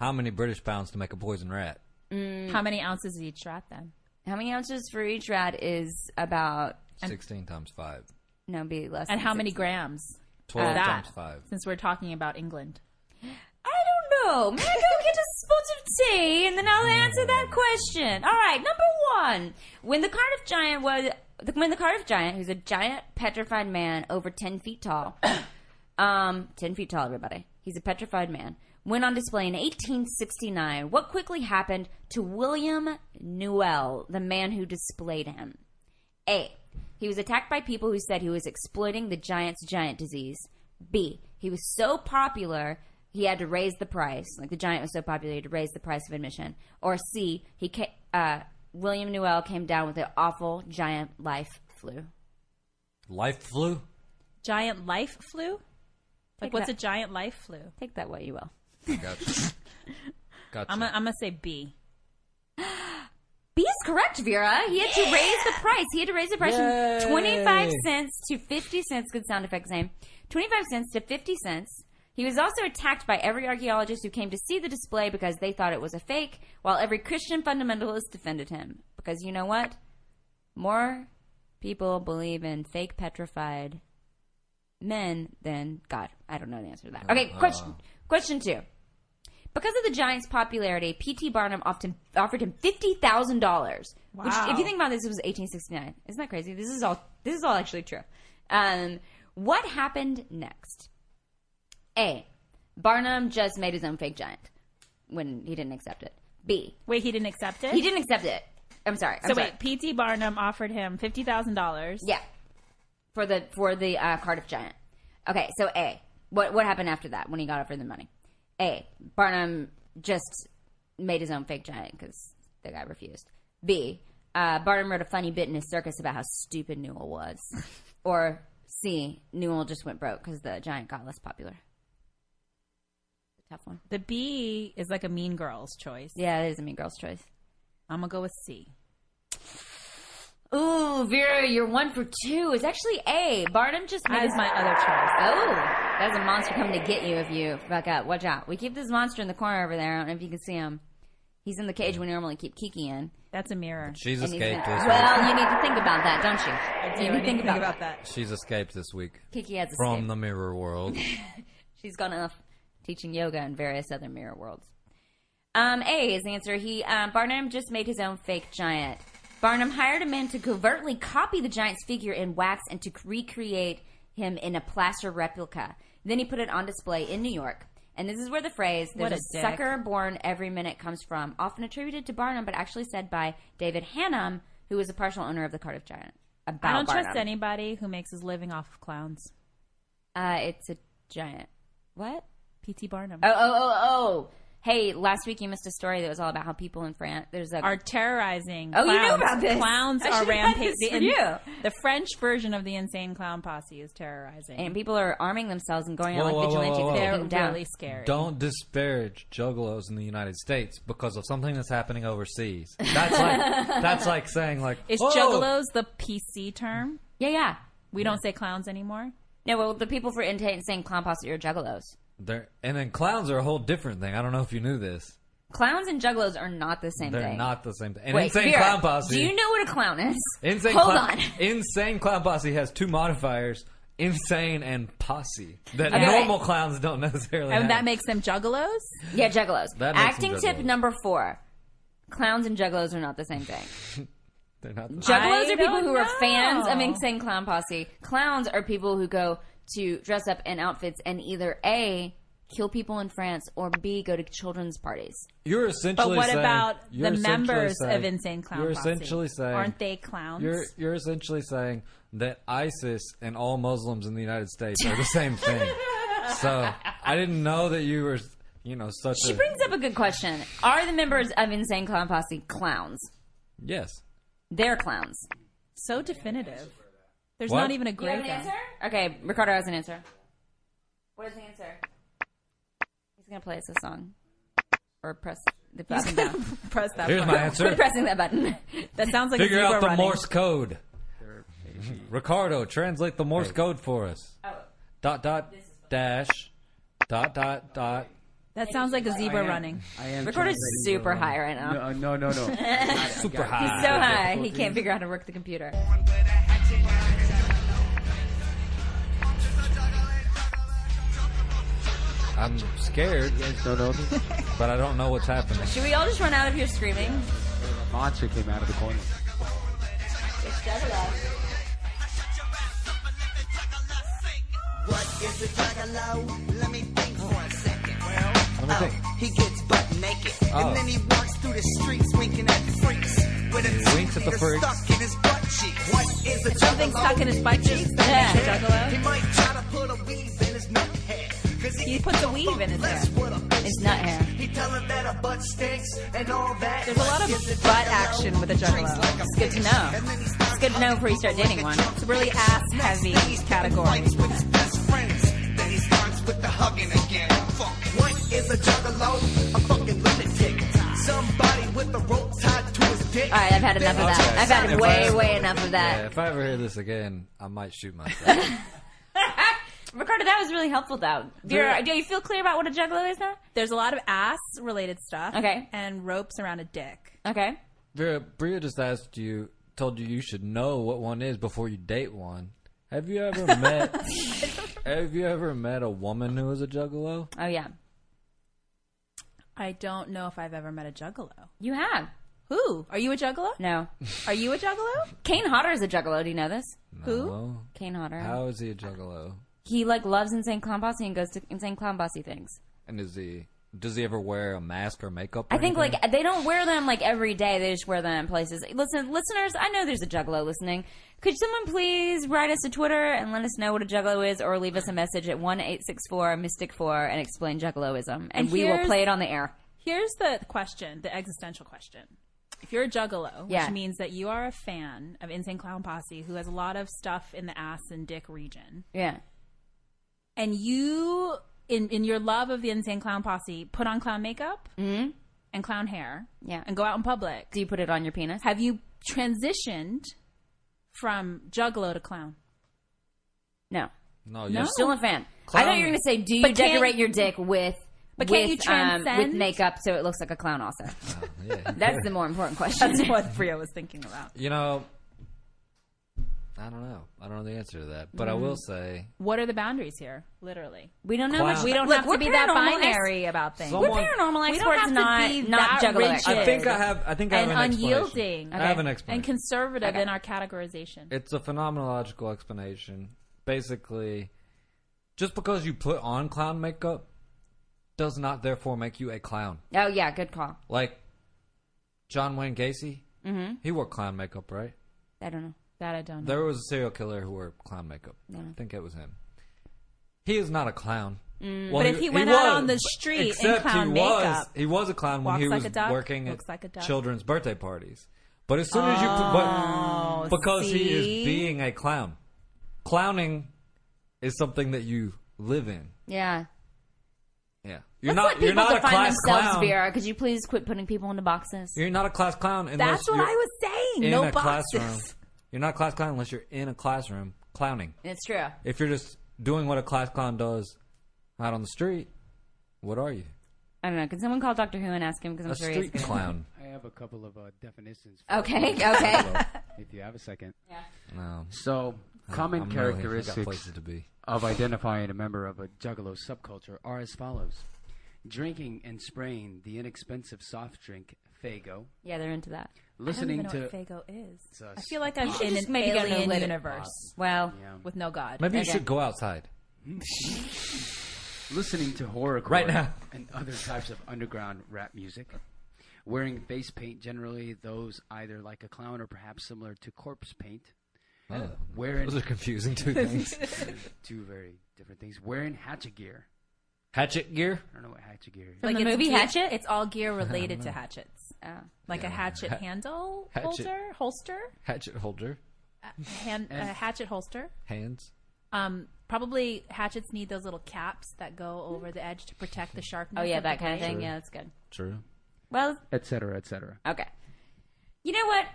How many British pounds to make a poison rat? Mm.
How many ounces is each rat then?
How many ounces for each rat is about
Sixteen times five.
no be less.
And
than
how many
60.
grams?
Twelve
that.
times five.
Since we're talking about England.
I don't know. May I go get a spot of tea and then I'll answer that question. All right, number one. When the Cardiff Giant was the, when the Cardiff Giant, who's a giant petrified man over ten feet tall, um, ten feet tall, everybody. He's a petrified man. Went on display in 1869. What quickly happened to William Newell, the man who displayed him? A. He was attacked by people who said he was exploiting the giant's giant disease. B. He was so popular he had to raise the price. Like the giant was so popular he had to raise the price of admission. Or C. He ca- uh, William Newell came down with an awful giant life flu.
Life flu?
Giant life flu? Like
Take
what's
that.
a giant life flu?
Take that what you will.
Gotcha. gotcha.
I'm gonna, I'm gonna say B.
B is correct, Vera. He had to raise the price. He had to raise the price
Yay.
from 25 cents to 50 cents. Good sound effects name. 25 cents to 50 cents. He was also attacked by every archaeologist who came to see the display because they thought it was a fake, while every Christian fundamentalist defended him. Because you know what? More people believe in fake petrified men than God. I don't know the answer to that. Okay, question question two. Because of the Giants' popularity, P.T. Barnum often offered him fifty thousand dollars. Which,
Wow.
if you think about this, it was eighteen sixty nine. Isn't that crazy? This is all. This is all actually true. Um, what happened next? A. Barnum just made his own fake giant when he didn't accept it. B.
Wait, he didn't accept it?
He didn't accept it. I'm sorry. I'm
So
sorry.
wait, P.T. Barnum offered him fifty thousand dollars.
Yeah, for the for the uh, Cardiff Giant. Okay, so A, what what happened after that when he got offered the money? A, Barnum just made his own fake giant because the guy refused. B, uh, Barnum wrote a funny bit in his circus about how stupid Newell was. or C, Newell just went broke because the giant got less popular. Tough one.
The B is like a mean girl's choice.
Yeah, it is a mean girl's choice.
I'm gonna go with C.
Ooh, Vera, you're one for two. It's actually A. Barnum just made
That
his
is my other choice.
Oh, that's a monster coming to get you if you fuck up. Watch out. We keep this monster in the corner over there. I don't know if you can see him. He's in the cage we normally keep Kiki in.
That's a mirror.
She's
And he's in-
escaped this week.
well, you need to think about that, don't you? you need to think about, that.
She's escaped this week.
Kiki has escaped.
From the mirror world.
She's gone off teaching yoga in various other mirror worlds. Um, A is the answer. He um, Barnum just made his own fake giant. Barnum hired a man to covertly copy the giant's figure in wax and to recreate him in a plaster replica. Then he put it on display in New York. And this is where the phrase "there's
What
a,
a dick.
sucker born every minute" comes from, often attributed to Barnum, but actually said by David Hannum, who was a partial owner of the Cardiff Giant. About
I don't
Barnum.
trust anybody who makes his living off of clowns.
Uh, it's a giant. What?
P.T. Barnum.
Oh, oh, oh, oh. Hey, last week you missed a story that was all about how people in France. There's a.
are terrorizing.
Oh, you
clowns.
know about this.
Clowns
I
are
should've had
rampaging.
this for
the,
you.
the French version of the insane clown posse is terrorizing.
and people are arming themselves and going
Whoa,
out
whoa,
like
whoa,
vigilantes and
whoa, whoa.
taking
They're
them down.
really scary.
Don't disparage juggalos in the United States because of something that's happening overseas. That's like that's like saying like
Is
"Oh,
juggalos the PC term?
Yeah, yeah.
We don't say clowns anymore.
No, well, the people for Intent saying clown posse are juggalos.
They're, and then clowns are a whole different thing. I don't know if you knew this.
Clowns and juggalos are not the same
They're
thing.
not the same thing. And
Wait,
insane
Vera,
clown posse.
Do you know what a clown is?
Insane
Hold
clown,
on.
Insane clown posse has two modifiers: insane and posse. That
Okay.
normal clowns don't necessarily.
And
have.
Oh, that makes them juggalos?
Yeah, juggalos.
That makes
Acting
them
tip
juggalos.
number four. Clowns and juggalos are not the same thing.
They're not. The same.
Juggalos
I
are people
don't
who are fans of
know.
Insane Clown Posse. Clowns are people who go to dress up in outfits and either A, kill people in France, or B, go to children's parties.
You're essentially.
what
saying-
about
you're
the
essentially
members
saying-
of Insane Clown
You're
Posse?
essentially saying,
Aren't they clowns?
You're you're essentially saying that ISIS and all Muslims in the United States are the same thing. so I didn't know that you were, you know, such
She
a
brings up a good question. Are the members of Insane Clown Posse clowns?
yes.
They're clowns.
So definitive. There's
What?
not even a
You have
gray
an
guy.
answer? Okay, Ricardo has an answer. What is the answer? He's gonna play us a song. Or press the button down.
Press that
Here's
button.
my answer.
Quit pressing that button.
That sounds like
Figure
a zebra
out the
running.
Morse code. Ricardo, translate the Morse code for us.
Oh,
Dot dot dash. Dot dot dot.
That sounds like a zebra running.
I am
Recorder's
translating
super
the-
high right now.
No, no, no, no.
He's so
Super high.
high, he can't figure out how to work the computer.
I'm scared,
don't know this?
but I don't know what's happening.
Should we all just run out of here screaming?
Monster came out of the corner.
What is a juggalo? Let me think for a second. Well,
Let
oh,
me think.
he gets butt naked.
Oh.
And then he walks through the streets winking at freaks. With a
He winks at the
two-liter
freaks.
stuck in his butt cheek. What is a
Something
juggalo?
stuck in his butt cheek.
Yeah.
He
Juggalo.
might try to put a weave in his nut hair. 'Cause he,
He puts a weave in his hair.
That's what a bitch
It's nut
thinks.
hair.
He tell him that a butt stinks and all that.
There's a lot of
Is a
butt
juggalo?
action with a juggalo.
It's good to know.
And then he starts
It's good to know before you start dating one.
It's a really ass heavy category.
fights with his best friends. Then he starts with the hugging again. Fuck. What is a juggalo? A fucking lunatic. Somebody with a rope tied to his dick.
Alright, I've had enough of that. I've had way, way enough of
Yeah,
that.
if I ever hear this again, I might shoot myself.
Ricardo, that was really helpful though. Vera, do you feel clear about what a juggalo is now?
There's a lot of ass related stuff.
Okay.
And ropes around a dick.
Okay.
Vera, Bria just asked you, told you you should know what one is before you date one. Have you ever met? have you ever met a woman who was a juggalo?
Oh yeah.
I don't know if I've ever met a juggalo.
You have.
Who? Are you a juggalo?
No.
Are you a juggalo?
Kane Hodder is a juggalo, do you know this?
Who?
No.
Kane Hodder.
How is he a juggalo?
He like loves insane clown posse and goes to insane clown posse things.
And is he? Does he ever wear a mask or makeup? or
I think
anything?
like they don't wear them like every day. They just wear them in places. Listen, listeners, I know there's a juggalo listening. Could someone please write us a Twitter and let us know what a juggalo is, or leave us a message at one eight six four Mystic Four and explain juggaloism, and,
And
we will
here's-
play it on the air.
Here's the question, the existential question. If you're a juggalo, which
Yeah.
means that you are a fan of Insane Clown Posse, who has a lot of stuff in the ass and dick region,
Yeah,
and you, in, in your love of the Insane Clown Posse, put on clown makeup and clown hair
Yeah.
and go out in public,
do you put it on your penis?
have you transitioned from juggalo to clown?
No,
no.
you're
You're
still a fan. I thought you were going
Oh, Clown.
to say, do you
But can't-
decorate your dick with?
But
with,
can't you
um, with
transcend?
makeup so it looks like a clown? Also,
Oh, yeah.
that's the more important question.
That's what Bria was thinking about.
You know, I don't know. I don't know the answer to that, but I will say
What are the boundaries here? Literally,
we don't know
Clown.
much.
We
don't
Look,
have
we're
to be that
paranormal ex-
binary about things.
We're
Someone-
paranormal
We don't
experts,
have to
not
be
not
that
juggalo
rigid.
I
experts.
think I have. I think I have
and
an explanation.
unyielding.
I have an
Okay.
explanation.
and conservative
Okay.
in our categorization.
it's a phenomenological explanation. Basically, just because you put on clown makeup does not therefore make you a clown.
Oh yeah, good call.
Like John Wayne Gacy, mm-hmm. he wore clown makeup, right?
I don't know.
that I don't know.
There was a serial killer who wore clown makeup. I think it was him. He is not a clown. Well,
Mm. But if he went out on the street in
except
clown
he was,
makeup,
he was a clown when
walks
he
like
was
a duck,
working at
looks like a duck.
children's birthday parties. But as soon as you, but because he is
Oh, see?
being a clown, clowning is something that you live in.
Yeah.
Yeah, you're
Let's let
not you're
people
not a
define
class
themselves,
clown.
Vera. Could you please quit putting people into boxes?
You're not a class clown unless
That's what
you're
I was saying.
in
No
a classroom.
boxes.
You're not a class clown unless you're in a classroom clowning.
It's true.
If you're just doing what a class clown does out on the street, what are you?
I don't know. Can someone call Doctor Who and ask him? Because I'm
A
sure he's
street clown.
I have a couple of uh, definitions. For
Okay.
you,
Okay.
if you have a second.
No.
So, common
I'm really- I've got
characteristics
places to be.
of identifying a member of a Juggalo subculture are as follows: drinking and spraying the inexpensive soft drink Fago,
yeah, they're into that.
listening
I don't even
to
know what Fago is.
a
I feel like I'm
should
in
just
an
maybe go to an
alien
analytic
universe
Well,
with no God.
Maybe you
Okay.
should go outside
listening to horrorcore
Right now.
and other types of underground rap music, wearing face paint generally those either like a clown or perhaps similar to corpse paint,
Oh,
wearing
Those are confusing two things.
two very different things, wearing hatchet gear.
Hatchet gear.
I don't know what hatchet gear is.
From the
it's
movie
gear-
Hatchet?
It's all gear related to hatchets,
Oh.
like a hatchet handle
Hatchet.
holder, holster,
Hatchet holder.
hand, a hatchet holster.
Hands.
Um, probably hatchets need those little caps that go over the edge to protect the sharpness.
oh yeah,
of the
that kind of
blade.
thing. Yeah, that's good.
True.
Well,
Et cetera, et cetera.
okay. You know what?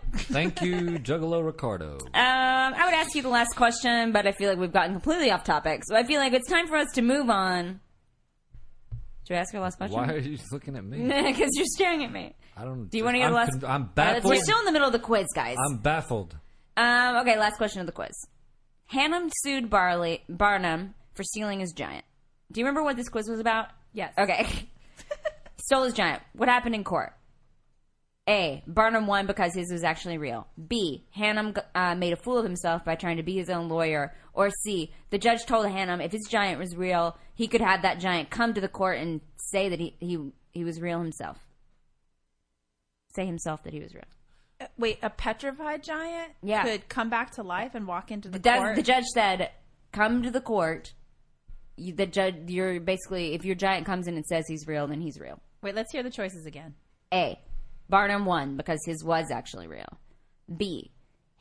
Thank you, Juggalo Ricardo.
Um, I would ask you the last question, but I feel like we've gotten completely off topic. So I feel like it's time for us to move on. Should I ask your last question?
Why are you looking at me?
Because you're staring at me.
I don't.
Do you want to go
I'm
to last?
con- I'm
Uh,
baffled.
we're still in the middle of the quiz, guys.
I'm baffled.
Um, okay, last question of the quiz. Hannum sued Barley Barnum for stealing his giant. Do you remember what this quiz was about?
Yes.
Okay. Stole his giant. What happened in court? A. Barnum won because his was actually real. B. Hannum uh, made a fool of himself by trying to be his own lawyer. Or C. The judge told Hannum if his giant was real, he could have that giant come to the court and say that he he, he was real hemself. Say himself that he was real.
Uh, Wait, a petrified giant
Yeah.
could come back to life and walk into the
That's-
court.
the judge said, "Come to the court." You, the judge, you're basically if your giant comes in and says he's real, then he's real.
Wait, let's hear the choices again.
A. Barnum won because his was actually real. B.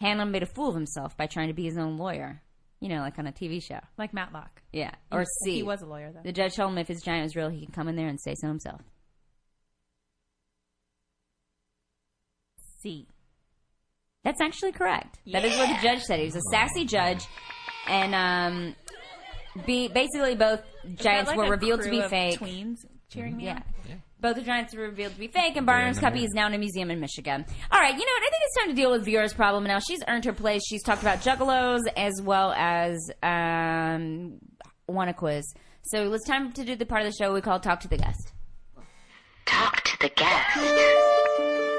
Hannah made a fool of himself by trying to be his own lawyer. You know, like on a TV show.
Like Matlock.
Yeah. Or C.
He was a lawyer though.
The judge told him if his giant was real, he could come in there and say so himself.
C.
That's actually correct. That is what the judge said. He was a sassy judge, and um, be, basically both giants
Is that like
were
a
revealed to
crew
be
of
fake.
Tweens cheering me
Yeah.
on.
Both the giants were revealed to be fake, and Barnum's
They're in
copy
there.
is now in a museum in Michigan. All right, you know what? I think it's time to deal with Vera's problem now. She's earned her place. She's talked about juggalos as well as um, won a quiz. So it's time to do the part of the show we call Talk to the Guest.
Talk to the guest.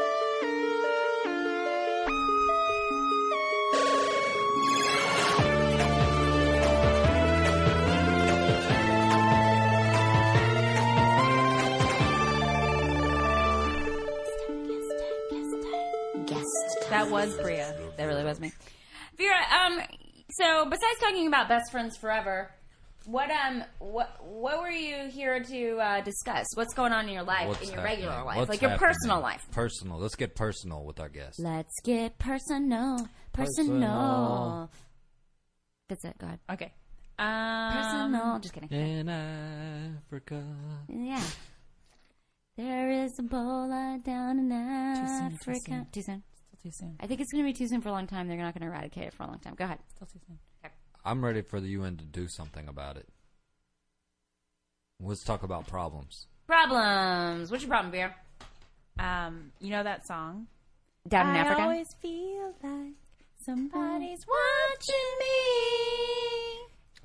Guest.
That was Bria.
That really was me. Vera, um, so besides talking about best friends forever, what um what what were you here to uh, discuss? What's going on in your life,
What's
in your
happening?
regular life,
What's
like your
happening?
personal life?
Personal. Let's get personal with our guests.
Let's get personal. Personal.
Personal.
That's it. Go ahead.
Okay. Um,
Personal. Just kidding.
In Africa.
Yeah. There is Ebola down in Africa. Too soon.
Still too soon.
I think it's going to be too soon for a long time. They're not going to eradicate it for a long time. Go ahead.
Still too soon.
I'm ready for the UN to do something about it. Let's talk about problems.
Problems. What's your problem, Beer?
Um, you know that song?
Down in
I
Africa.
always feel like somebody's
watching me.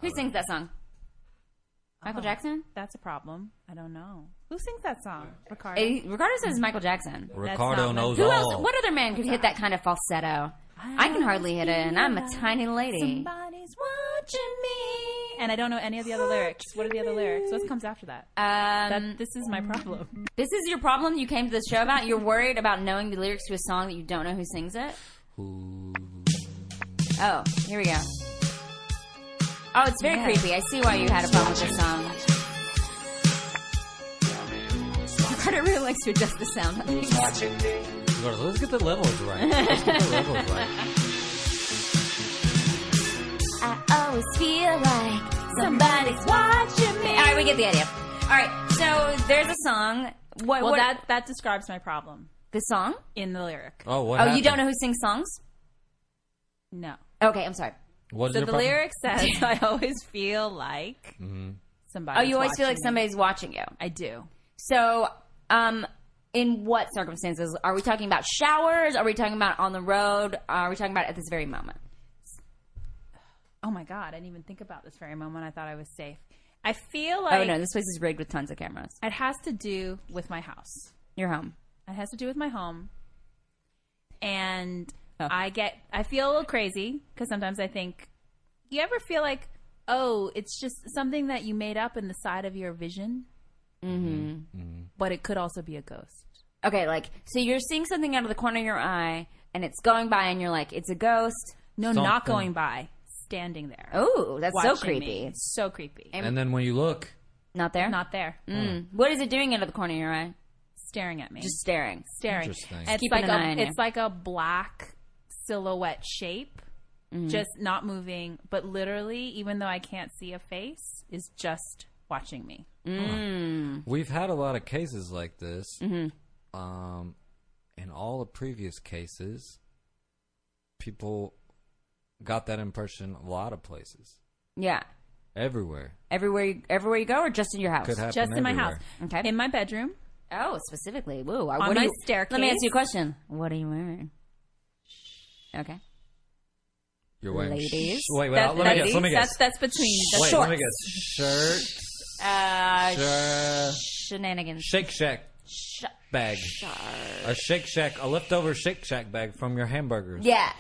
Who sings that song? Michael
Oh.
Jackson?
That's a problem. I don't know. Who sings that song? Ricardo.
Eh, Ricardo says it's Michael Jackson.
Ricardo
not
knows
Who
all.
else? What other man could hit that kind of falsetto? I can hardly hit it, and I'm a tiny lady.
Somebody's watching me. And I don't know any of the other lyrics. What are the other lyrics? What comes after that?
Um,
that this is my problem.
this is your problem you came to the show about? You're worried about knowing the lyrics to a song that you don't know who sings it?
Ooh.
Oh, here we go. Oh, it's very creepy. I see why you had a problem with this song. Carter really likes to adjust the sound on these.
You gotta- Let's get the levels right. Let's get the levels right.
I always feel like somebody's watching me. All right, we get the idea. All right, so there's a song. What?
Well,
what
that that describes my problem
the song?
in the lyric.
Oh, what?
oh, you don't
happened?
know who sings songs?
No.
Okay, I'm sorry.
What is
So
your
the
problem?
lyric says, "I always feel like somebody."
Oh, you always feel like somebody's watching you.
I do.
So, um, in what circumstances are we talking about? Showers? Are we talking about on the road? Are we talking about at this very moment?
Oh my god, I didn't even think about this very moment. I thought I was safe. I feel like
Oh no, this place is rigged with tons of cameras.
it has to do with my house.
You're home.
It has to do with my home. And
Oh.
I get, I feel a little crazy because sometimes I think, you ever feel like, oh, it's just something that you made up in the side of your vision? Mm-hmm. But it could also be a ghost.
Okay, like so you're seeing something out of the corner of your eye, and it's going by, and you're like, it's a ghost.
No, not
Something.
going by, standing there.
Oh, that's so
watching me.
creepy.
It's So creepy.
And-
And then when you look,
Not there.
Not there,
Mm. What is it doing out of the corner of your eye?
staring at me.
Just staring.
staring.
Interesting.
It's
Keeping
like
an eye on
a,
you.
it's like a black silhouette shape,
Mm-hmm.
just not moving, but literally, even though I can't see a face, is just watching me.
we've had a lot of cases like this. Um, in all the previous cases, people got that impression a lot of places,
Yeah.
everywhere.
Everywhere, you, everywhere you go, or just in your house.
Could happen
Just in my house,
everywhere.
Okay.
in my bedroom,
Oh, specifically. Woo. what
On my
are you, Let me
staircase.
ask you a question. What are you wearing? Okay.
You're wearing
Ladies.
sh- wait, wait.
That-
let me
that-
guess. Let me
that's
guess.
that's between the
wait,
shorts.
let me guess. Shirt.
Uh,
Shirt.
shenanigans.
Shake Shack
Sh-
bag. A Shake Shack, a leftover Shake Shack bag from your hamburgers.
yeah.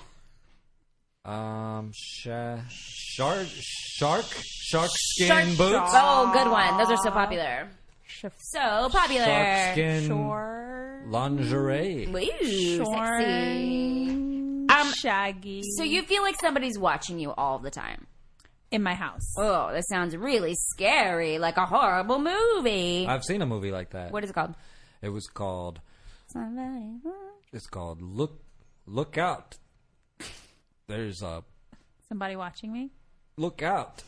Um, sha- shark, shark, shark skin
Shark-
boots.
Oh, good one. Those are so popular. So popular.
Shark
Uh,
skin
Short,
Mm-hmm.
lingerie.
Ooh,
short,
sexy.
um, shaggy.
So you feel like somebody's watching you all the time.
in my house?
Oh, that sounds really scary, like a horrible movie.
I've seen a movie like that.
what is it called?
It was called.
Somebody-
It's called Look, Look Out. There's a
Somebody watching me?
Look Out.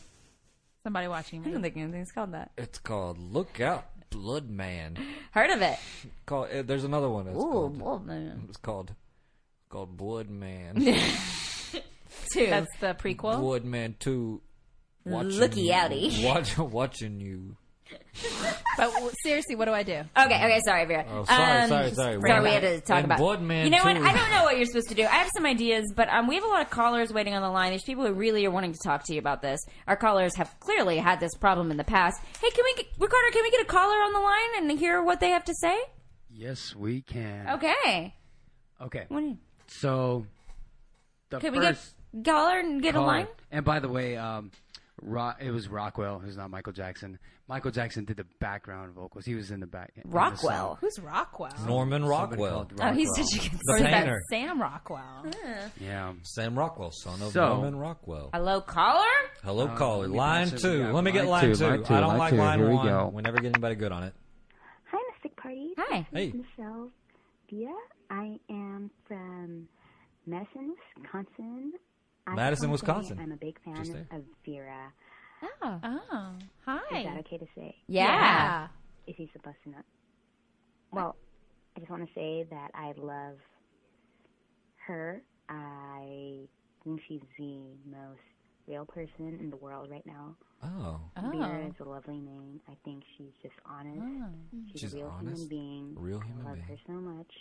Somebody watching
I don't
me?
think anything's called that.
It's called Look Out, Blood Man.
Heard of it?
Call, eh, there's another one. It's
Ooh,
called.
well, uh,
It's called called Blood Man.
two.
That's the prequel.
Blood Man Two. watching
Looky
you-
outy.
Watch, watching you.
But w- seriously, what do I do?
Okay, okay, sorry, Vera.
Oh, sorry, sorry, sorry.
Sorry, we had to talk
And
about.
Bloodman
you know what?
too.
I don't know what you're supposed to do. I have some ideas, but um, we have a lot of callers waiting on the line. There's people who really are wanting to talk to you about this. Our callers have clearly had this problem in the past. Hey, can we, get, Ricardo? Can we get a caller on the line and hear what they have to say?
Yes, we can.
Okay.
Okay.
Oh, What do you-
So, the
Can we get
first
caller and get a
caller-
line?
And by the way, um, Ro- it was Rockwell, who's not Michael Jackson. Michael Jackson did the background vocals. He was in the back. in the
Rockwell.
song.
Who's Rockwell?
Norman
Somebody
Rockwell,
called
Oh, he's
Rockwell.
such a good
the
Or is that
painter.
Sam Rockwell?
Yeah.
Sam Rockwell, son of
So-
Norman Rockwell.
Hello, caller.
Hello, caller.
let me
Line
see what we
two.
got.
Let me get
Line
line
two, line
two.
two,
I don't
line
like
two.
line
Here we go.
one. We never get anybody good on it.
Hi, Mystic Party.
Hi.
Hey,
Michelle Dia. I am from Madison, Wisconsin. I
Madison,
just wanna
Wisconsin.
Say I'm a big fan
Just there.
of Vera.
Oh.
Oh,
Is that
hi.
okay to say?
Yeah.
If he's supposed to not. Well, I just want to say that I love her. I think she's the most real person in the world right now.
oh,
Vera is a lovely name. I think she's just honest.
Oh.
She's,
She's
a real
honest,
human being.
real human
I love
being.
her so much.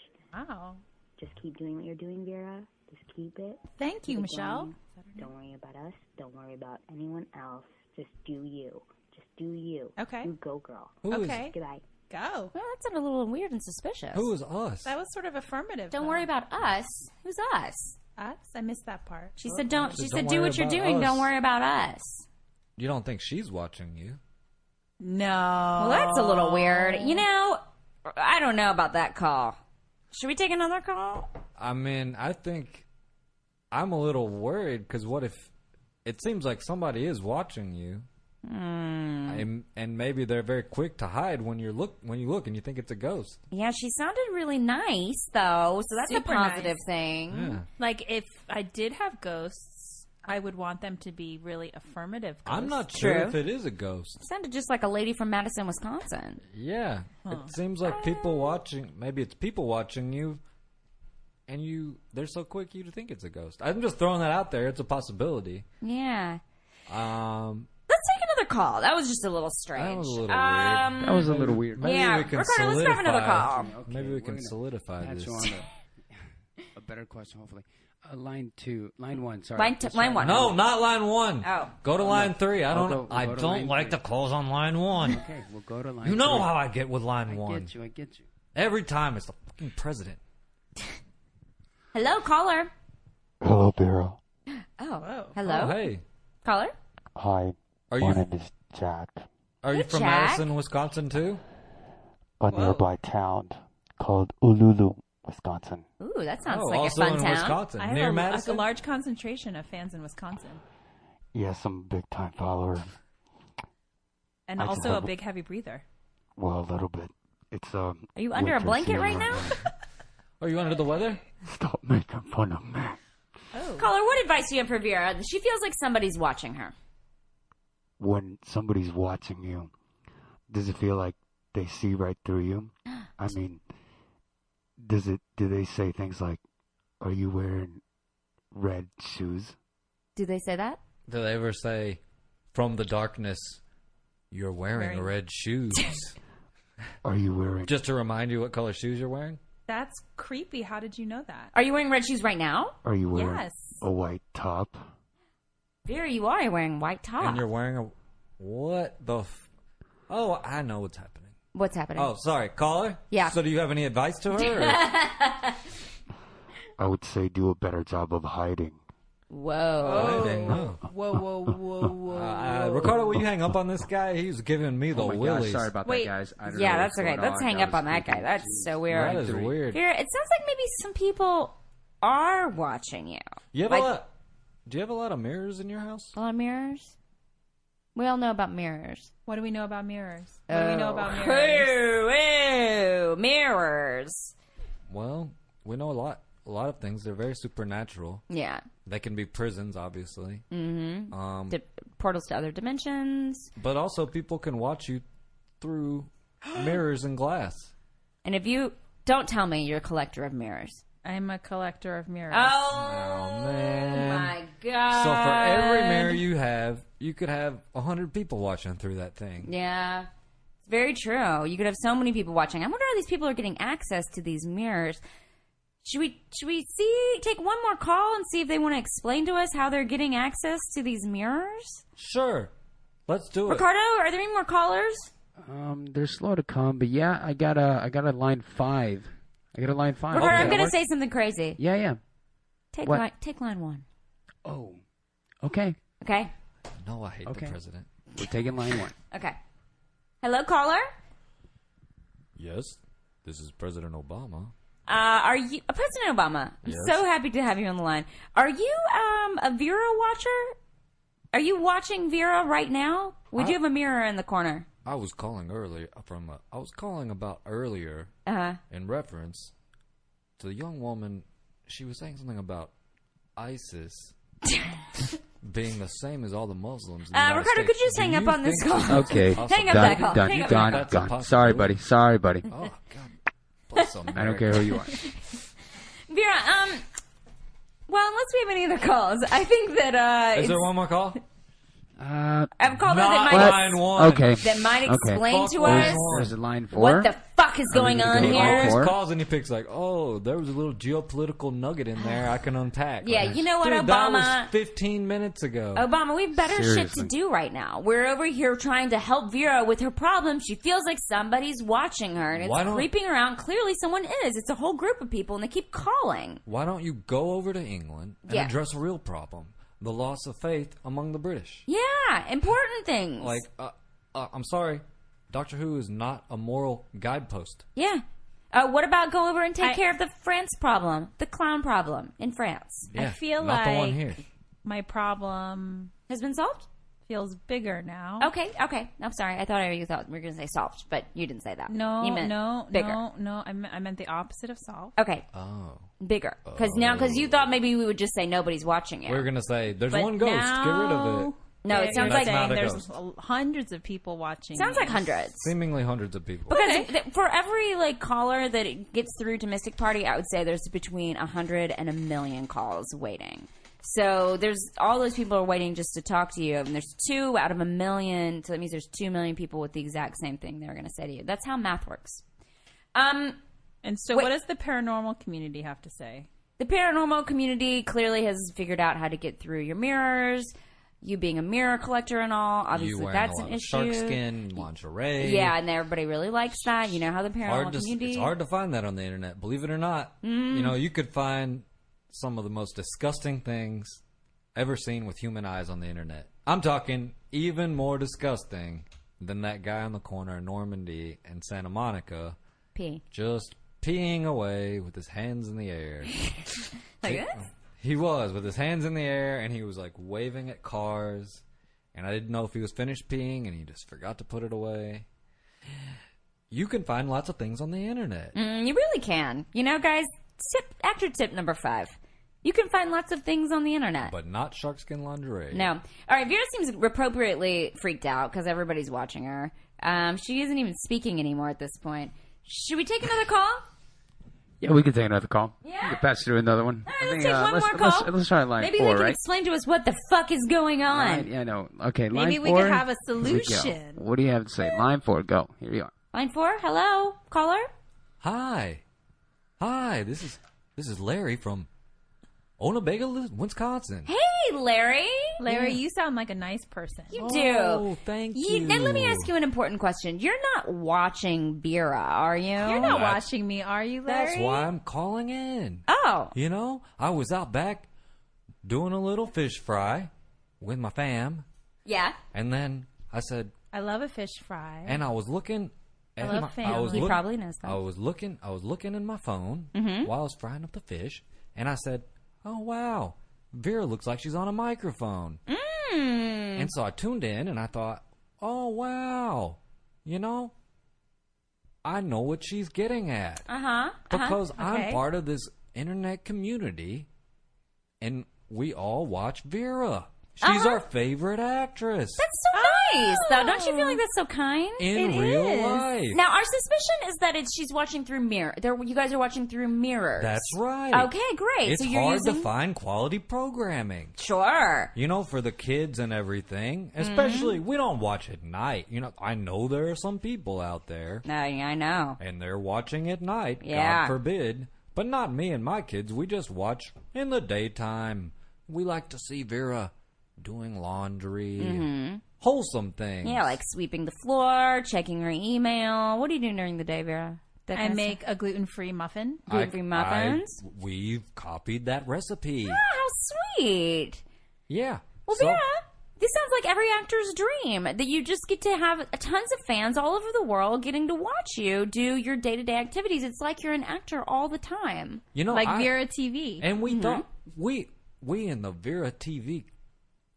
Wow.
Just keep doing what you're doing, Vera. Just keep it.
Thank you,
Keep it
Michelle.
going. Don't worry about us. Don't worry about anyone else. Just do you. Just do you.
Okay.
You go, girl.
who is
okay.
Goodbye.
Go.
Well, that sounded a little weird and suspicious.
who is us?
That was sort of affirmative.
Don't
though.
worry about us. Who's us?
us. I missed that part. Oh.
She said, "Don't." She
Don't
said, "Do
worry
what you're
about
doing.
us."
Don't worry about us."
you don't think she's watching you?
No.
Well, that's a little weird. You know, I don't know about that call. Should we take another call?
I mean, I think I'm a little worried because what if it seems like somebody is watching you.
Hmm.
And, and maybe they're very quick to hide when you look when you look and you think it's a ghost.
Yeah, she sounded really nice though, so that's
Super
a positive
nice.
thing.
Like if I did have ghosts, I would want them to be really affirmative. Ghosts.
I'm not sure
True.
if it is a ghost.
Sounded just like a lady from Madison, Wisconsin.
Yeah, it seems like people watching. Maybe it's people watching you, and you. They're so quick you to think it's a ghost. I'm just throwing that out there. It's a possibility.
Yeah.
Um,
Let's take another call. That was just a little strange.
that was a little
um,
weird.
That was a little weird.
Maybe
yeah,
we can
Ricardo, let's grab
solidify.
another call.
Okay,
Maybe we
we're
can
gonna
solidify
patch
this.
you on to a better question, hopefully. Uh, line two, line one. Sorry,
Line t-
Let's
line
try
one.
No, not line one.
Oh.
go to line three. I
I'll
don't.
go- we'll
I
go to
don't
line
like
three.
to calls on line one.
Okay, we'll go to line.
you know
three.
how I get with line
I
one.
get you. I get you.
Every time it's the fucking president.
Hello, caller.
Hello, Barrow.
Oh,
Whoa.
hello,
Oh, hey,
caller.
Hi.
Are
My
you-
name is Jack.
are you
Hey,
from
Jack.
Madison, Wisconsin too?
A nearby town called Ululu, Wisconsin.
Ooh, that sounds
oh,
like a
also
fun
in
town.
Wisconsin,
I have
near
a, like a
Madison.
large concentration of fans in Wisconsin,
Yes, I'm a big time follower.
and
I just
also a
have a-
big heavy breather.
Well, a little bit. It's um.
Are you under a
winter
blanket right
season.
now?
Are you under the weather?
Stop making fun of me.
caller, what advice do you have for Vera? She feels like somebody's watching her.
When somebody's watching you, does it feel like they see right through you? I mean, does it? Do they say things like, "Are you wearing red shoes?"
Do they say that?
Do they ever say, "From the darkness, you're wearing,
Wearing-
red shoes"?
Are you wearing?
Just to remind you what color shoes you're wearing.
That's creepy. How did you know that?
Are you wearing red shoes right now?
Are you wearing
Yes.
a white top?
Vera, you are wearing white top.
And you're wearing a what the? F- oh, I know what's happening.
What's happening?
Oh, sorry, caller.
Yeah.
So, do you have any advice to her? or-
I would say do a better job of hiding.
Whoa.
Oh, I didn't know.
Whoa, whoa, whoa, whoa!
Uh, Ricardo, will you hang up on this guy? He's giving me the
Oh my gosh,
willies.
sorry about
Wait.
that, guys. I don't
Yeah,
know
that's
what's
okay.
going
Let's hang up
was
on that guy.
creepy.
That's so
Jeez.
weird.
that is
Three.
weird.
Vera, it sounds like maybe some people are watching you.
You have
Like-
a lot. Do you have a lot of mirrors in your house?
A lot of mirrors? We all know about mirrors. Oh.
What do we know about mirrors? What do we
Oh.
know about mirrors?
Ooh, ooh, mirrors.
Well, we know a lot. A lot of things. They're very supernatural.
Yeah.
They can be prisons, obviously.
Mm.
Mm-hmm. Um,
Di- portals to other dimensions.
But also, people can watch you through mirrors and glass.
And if you don't tell me you're a collector of mirrors.
I'm a collector of mirrors.
Oh,
man.
my god.
So for every mirror you have, you could have a hundred people watching through that thing.
Yeah. It's very true. You could have so many people watching. I wonder how these people are getting access to these mirrors. Should we should we see take one more call and see if they want to explain to us how they're getting access to these mirrors?
Sure, let's do it.
Ricardo, are there any more callers?
Um, they're slow to come, but yeah, I got a, I got a line five. I got a line five.
Ricardo, I'm
Okay.
gonna say something crazy.
Yeah, yeah.
Take
What?
line take line one.
Oh,
Okay,
Okay?
no, I hate
Okay.
the president.
we're taking line one.
Okay. Hello, caller?
Yes, this is President Obama.
Uh, are you uh, President Obama? I'm so happy to have you on the line. Are you um, a Vera watcher? Are you watching Vera right now? We do have a mirror in the corner.
I was calling earlier from. A, I was calling about earlier
Uh huh.
in reference to the young woman. She was saying something about ISIS being the same as all the Muslims. in the
Uh,
United
Ricardo, could you just
Do
hang up on this
think
call?
that's
Okay,
possible?
Hang up
done,
that call.
done,
Hang up
done,
that call.
done. Sorry, buddy. Sorry, buddy.
Oh God, bless America.
I don't care who you are.
Vera, um, well, unless we have any other calls, I think that uh,
Is
it's-
there one more call?
Uh,
I've called her that
Not
might
line one.
okay.
that might
Okay.
explain
Fuck
to
one.
us
There's, there's a line four.
what the fuck is going
gonna
on
go
He
line
here.
always
four.
calls and he picks like, oh, there was a little geopolitical nugget in there I can unpack.
Yeah,
Like,
you know what,
Dude, That was
Obama-
15 minutes ago.
Obama, we have better shit to
Seriously.
do right now. We're over here trying to help Vera with her problem. She feels like somebody's watching her and
Why
it's
don't-
creeping around. Clearly, someone is. It's a whole group of people, and they keep calling.
Why don't you go over to England and
Yeah.
address a real problem? The loss of faith among the British.
Yeah, important things.
Like, uh, uh, I'm sorry, Doctor Who is not a moral guidepost.
yeah. Uh, what about go over and take
I-
care of the France problem, the clown problem in France?
Yeah,
feel
not the one
like-
here.
my problem
has been solved.
Feels bigger now.
Okay, okay. I'm sorry. I thought I you thought we were going to say solved, but you didn't say that.
No,
you meant
no,
bigger.
no, no. I meant, I meant the opposite of solve.
Okay,
Oh.
bigger. Because now, because you thought maybe we would just say nobody's watching it.
We were going to say, there's
But
one ghost. Get rid of
now-
it.
No, it sounds
That's
like
not a
There's
ghost.
hundreds of people watching.
sounds like
these.
hundreds.
Seemingly hundreds of people.
Because th- for every like caller that it gets through to Mystic Party, I would say there's between a hundred and a million calls waiting. So there's all those people are waiting just to talk to you, and there's two out of a million. So that means there's two million people with the exact same thing they're going to say to you. That's how math works. Um,
And so,
Wait.
what does the paranormal community have to say?
the paranormal community clearly has figured out how to get through your mirrors. You being a mirror collector and all,
you
obviously
wearing
that's
a
an
lot of
issue.
shark skin, lingerie.
Yeah, and everybody really likes that. You know how the paranormal
Hard to,
community. Mm.
it's hard to find that on the internet, believe it or not. You know, you could find some of the most disgusting things ever seen with human eyes on the internet. I'm talking even more disgusting than that guy on the corner in Normandy and Santa Monica
P.
just peeing away with his hands in the air.
Like
He-
this?
He was with his hands in the air and he was like waving at cars. And I didn't know if he was finished peeing and he just forgot to put it away. You can find lots of things on the internet.
Mm, you really can. You know, guys, tip actor tip number five. You can find lots of things on the internet.
But not sharkskin lingerie.
no. All right, Vera seems appropriately freaked out because everybody's watching her. Um, she isn't even speaking anymore at this point. Should we take another call?
Yeah, we can take another call.
Yeah.
We can pass through another one.
All right,
I think,
let's take
uh,
one
let's,
more call.
Let's, let's try line
Maybe
four,
they can
right?
explain to us what the fuck is going on.
Line- yeah, I know. Okay, line
Maybe we
four.
could have a
Here we go.
solution.
What do you have to say? Line four, go. Here you are.
Line four, hello, caller.
Hi. Hi, this is this is Larry from Onabega, Lis- Wisconsin.
Hey, Larry.
Larry, you sound like a nice person.
You
Oh,
do.
thank
You- Then let me
you.
ask you an important question. You're not watching Vera, are you?
You're not
That's-
watching me, are you, Larry?
That's why I'm calling in.
Oh.
You know, I was out back doing a little fish fry with my fam,
Yeah.
and then I said,
I love a fish fry.
and I was looking. At
love
my,
family.
was
He
probably knows that.
I was looking. I was looking in my phone while I was frying up the fish, and I said, "Oh wow, Vera looks like she's on a microphone." And so I tuned in, and I thought, "Oh wow, you know, I know what she's getting at."
Uh huh.
because
Uh-huh. Okay.
I'm part of this internet community, and we all watch Vera. She's
Uh-huh.
our favorite actress
That's so nice, though. Don't you feel like that's so kind?
Oh. in
it
real
is.
life.
now, our suspicion is that it's she's watching through mirror. There, you guys are watching through mirrors.
That's right.
Okay, great.
It's
so you're
hard
using
to find quality programming.
sure.
You know, for the kids and
Mm-hmm.
everything. Especially, we don't watch at night. You know, I know there are some people out there,
No, yeah, I know.
and they're watching at night.
Yeah.
God forbid. But not me and my kids. We just watch in the daytime. We like to see Vera doing laundry, wholesome things.
Mm-hmm. Yeah, like sweeping the floor, checking her email. What do you do during the day, Vera? That
I
kind of
make a gluten-free muffin.
stuff? gluten-free muffins.
we've copied that recipe.
Ah, how sweet.
Yeah.
Well,
So-
Vera, this sounds like every actor's dream that you just get to have tons of fans all over the world getting to watch you do your day to day activities. It's like you're an actor all the time. Mm-hmm.
You know,
like
I-
Vera TV.
And we thought we we in the Vera TV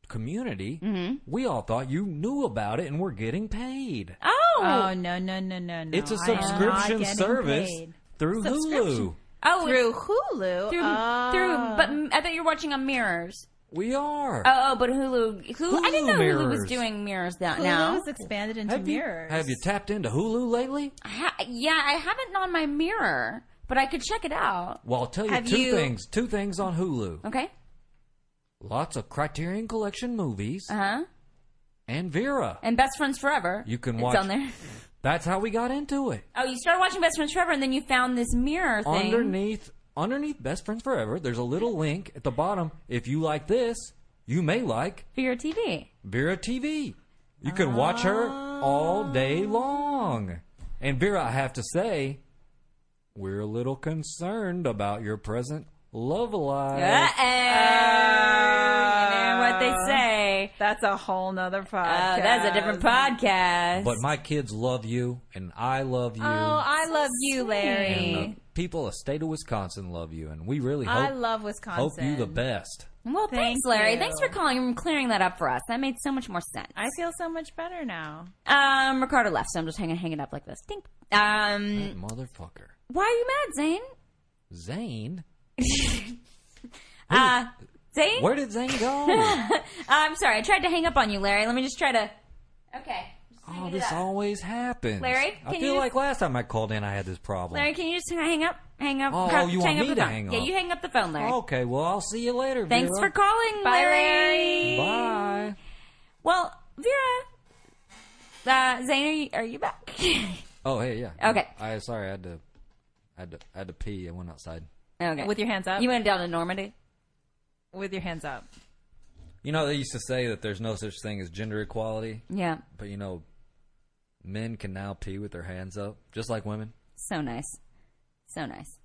community,
Mm-hmm.
we all thought you knew about it and were getting paid.
Oh,
oh no no no no no!
it's a
I am not
subscription
getting
service
paid.
through Hulu.
Subscription.
oh,
through
it's-
Hulu.
through,
Oh.
through. But mm, I thought you were watching on mirrors.
We are.
Oh, oh, but Hulu, Hulu, I didn't know Hulu
Hulu
was
mirrors.
doing mirrors that now.
Hulu's expanded into
have you
mirrors.
have you tapped into Hulu lately?
Ha- yeah, I haven't on my mirror, but I could check it out.
Well, I'll tell you
Have
two
you-
things. Two things on Hulu.
Okay.
Lots of Criterion Collection movies
Uh-huh.
Uh huh.
and Vera.
And Best Friends Forever.
You can
it's
watch-
on there.
That's how we got into it.
Oh, you started watching Best Friends Forever, and then you found this mirror thing.
underneath underneath best friends forever there's a little link at the bottom if you like this you may like
for your TV.
vera tv you can watch her all day long and vera i have to say we're a little Uh, concerned about your present love life
Uh-oh. You know what what they
Uh,
say.
That's a whole nother podcast.
Oh, that's a different podcast.
But my kids love you, and I love you.
Oh, I love you, Larry.
and the people of state of Wisconsin love you, and we really hope,
I love
hope
Wisconsin.
you the best.
Well,
Thank
thanks, Larry.
you.
Thanks for calling and clearing that up for us. That made so much more sense.
I feel so much better now.
Um, Ricardo left, so I'm just hanging, hanging up like this. Dink. Um,
Motherfucker.
why are you mad, Zane?
Zane?
Uh, Zane?
Where did Zane go?
I'm sorry. I tried to hang up on you, Larry. Let me just try to. Okay.
oh, this always happens.
Larry,
I
can
feel
you
like last time I called in, I had this problem.
Larry, can you just hang up? Hang up.
Oh,
hang
you
up
want me
the
to
phone.
hang
Yeah,
up?
you hang up the phone, Larry.
Okay, well, I'll see you later.
Thanks
Vera.
for calling,
Bye,
Larry.
Bye.
Well, Vera, uh, Zane, are you, are you back? okay.
Oh, hey, yeah.
Okay.
I sorry, I had to, I had to, I had to pee. I went outside.
With your hands up.
You went down to Normandy.
With your hands up.
You know, they used to say that there's no such thing as gender equality,
Yeah.
but you know, men can now pee with their hands up, just like women.
So nice. So nice.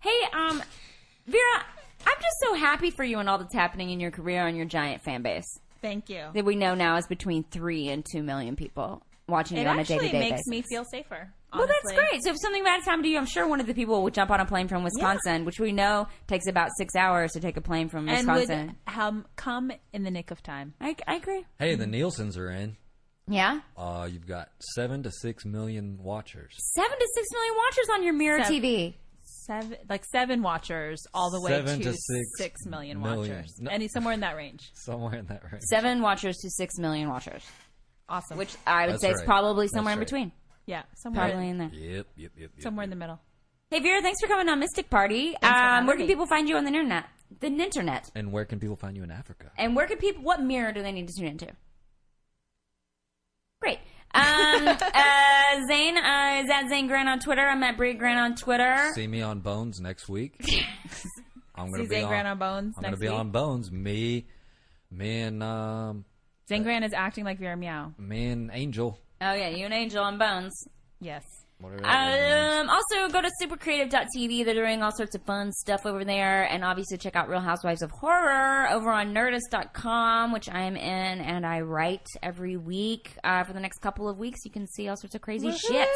Hey, um, Vera, I'm just so happy for you and all that's happening in your career on your giant fan base
Thank you.
that we know now is between three and two million people watching
It
you on a day to
actually
day basis.
makes me feel safer.
well, that's
honestly.
great. So if something bad has happened to you, I'm sure one of the people would jump on a plane from Wisconsin, which we know takes about six hours to take a plane from
And would
Wisconsin.
um, come in the nick of time.
I, I agree.
Hey,
Mm-hmm.
the Nielsen's are in.
Yeah.
Uh, you've got seven to six million watchers.
Seven to six million watchers on your Mirror
Seven.
TV.
Seven, like seven watchers, all the way
Seven
to,
to six
six million,
million.
watchers,
No.
and somewhere in that range.
Somewhere in that range.
Seven watchers to six million watchers,
Awesome.
which I would
That's
say is
right.
probably
That's
somewhere in
right.
between.
yeah, somewhere,
Probably in there.
Yep, yep, yep. yep.
somewhere in the middle.
Hey Vera, thanks for coming on Mystic Party.
for
Um,
having
where can
me.
people find you on the internet? The internet.
And where can people find you in Africa?
And where can people? What mirror do they need to tune into? Great. Um, uh, Zane uh, is at Zane Grant on Twitter. I'm at Brie Grant on Twitter.
See me on Bones next week. I'm gonna
See
be
Zane
on,
Grant on Bones next
I'm gonna be
week.
on Bones. Me, me and um,
Zangran is acting like Vera Meow.
me and Angel.
Oh yeah, you and Angel on Bones.
Yes.
Whatever. that name is.
Um, also, go to supercreative.tv. They're doing all sorts of fun stuff over there. And obviously, check out Real Housewives of Horror over on nerdist.com, which I am in and I write every week. Uh, for the next couple of weeks, you can see all sorts of crazy shit.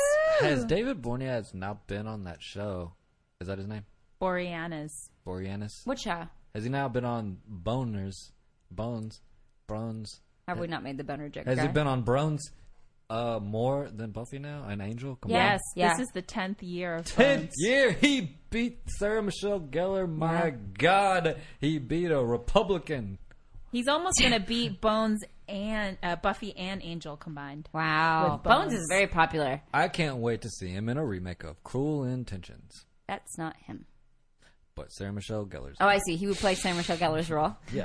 Has David Boreanaz not been on that show? Is that his name?
Boreanaz.
Boreanaz?
Which uh,
Has he now been on Boners? Bones? Bones?
have we not made the boner joke?
Has he
guy?
been on Brones uh, more than Buffy now? An Angel? Come
Yeah.
Yes.
Yeah.
This is the tenth year of
on. 10th
Bones.
year he beat Sarah Michelle Gellar. My God, he beat a Republican.
He's almost gonna beat Bones and uh, Buffy and Angel combined.
Wow.
With
Bones.
Bones.
is very popular.
I can't wait to see him in a remake of Cruel Intentions.
That's not him.
But Sarah Michelle Gellar's.
Oh, I see. He would play Sarah Michelle Gellar's role.
yeah.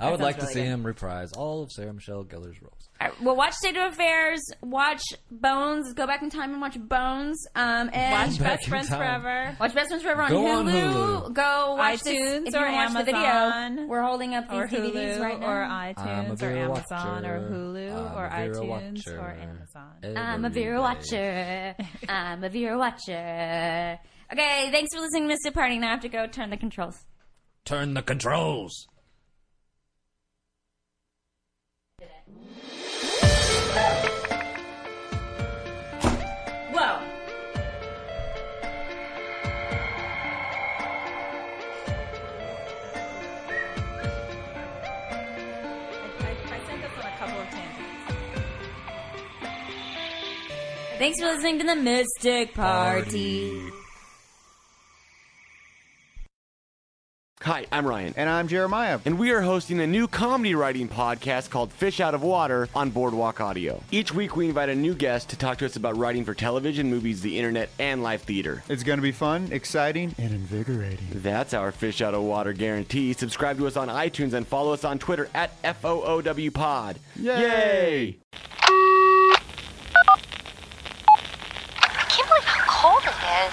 I would like to
really
see
good.
him reprise all of Sarah Michelle Gellar's roles.
All right, well, watch State of Affairs. Watch Bones. Go back in time and watch Bones. Um, and
Watch
Back
Best
in
Friends
time.
Forever.
Watch Best Friends Forever on,
Go
Hulu.
on Hulu.
Go watch this-
iTunes
if you
or
wanna watch The video.
Amazon
We're holding up these
or
DVDs
Hulu
right now.
or
I'm a
iTunes or
Vera
Amazon
watcher.
or Hulu
I'm
or
a Vera
iTunes
watcher
or Amazon.
I'm a
every
beer
day.
watcher. I'm a beer watcher. Okay, thanks for listening to Mystic Party. Now I have to go turn the controls.
Turn the controls.
Whoa.
I, I sent this on a couple of tangents.
Thanks for listening to the Mystic Party.
Hi, I'm Ryan. And I'm Jeremiah. And we are hosting a new comedy writing podcast called Fish Out of Water on Boardwalk Audio. Each week, we invite a new guest to talk to us about writing for television, movies, the internet, and live theater.
It's going to be fun, exciting, and invigorating.
That's our Fish Out of Water guarantee. Subscribe to us on iTunes and follow us on Twitter at FOOW Pod. Yay!
I can't believe how cold it is.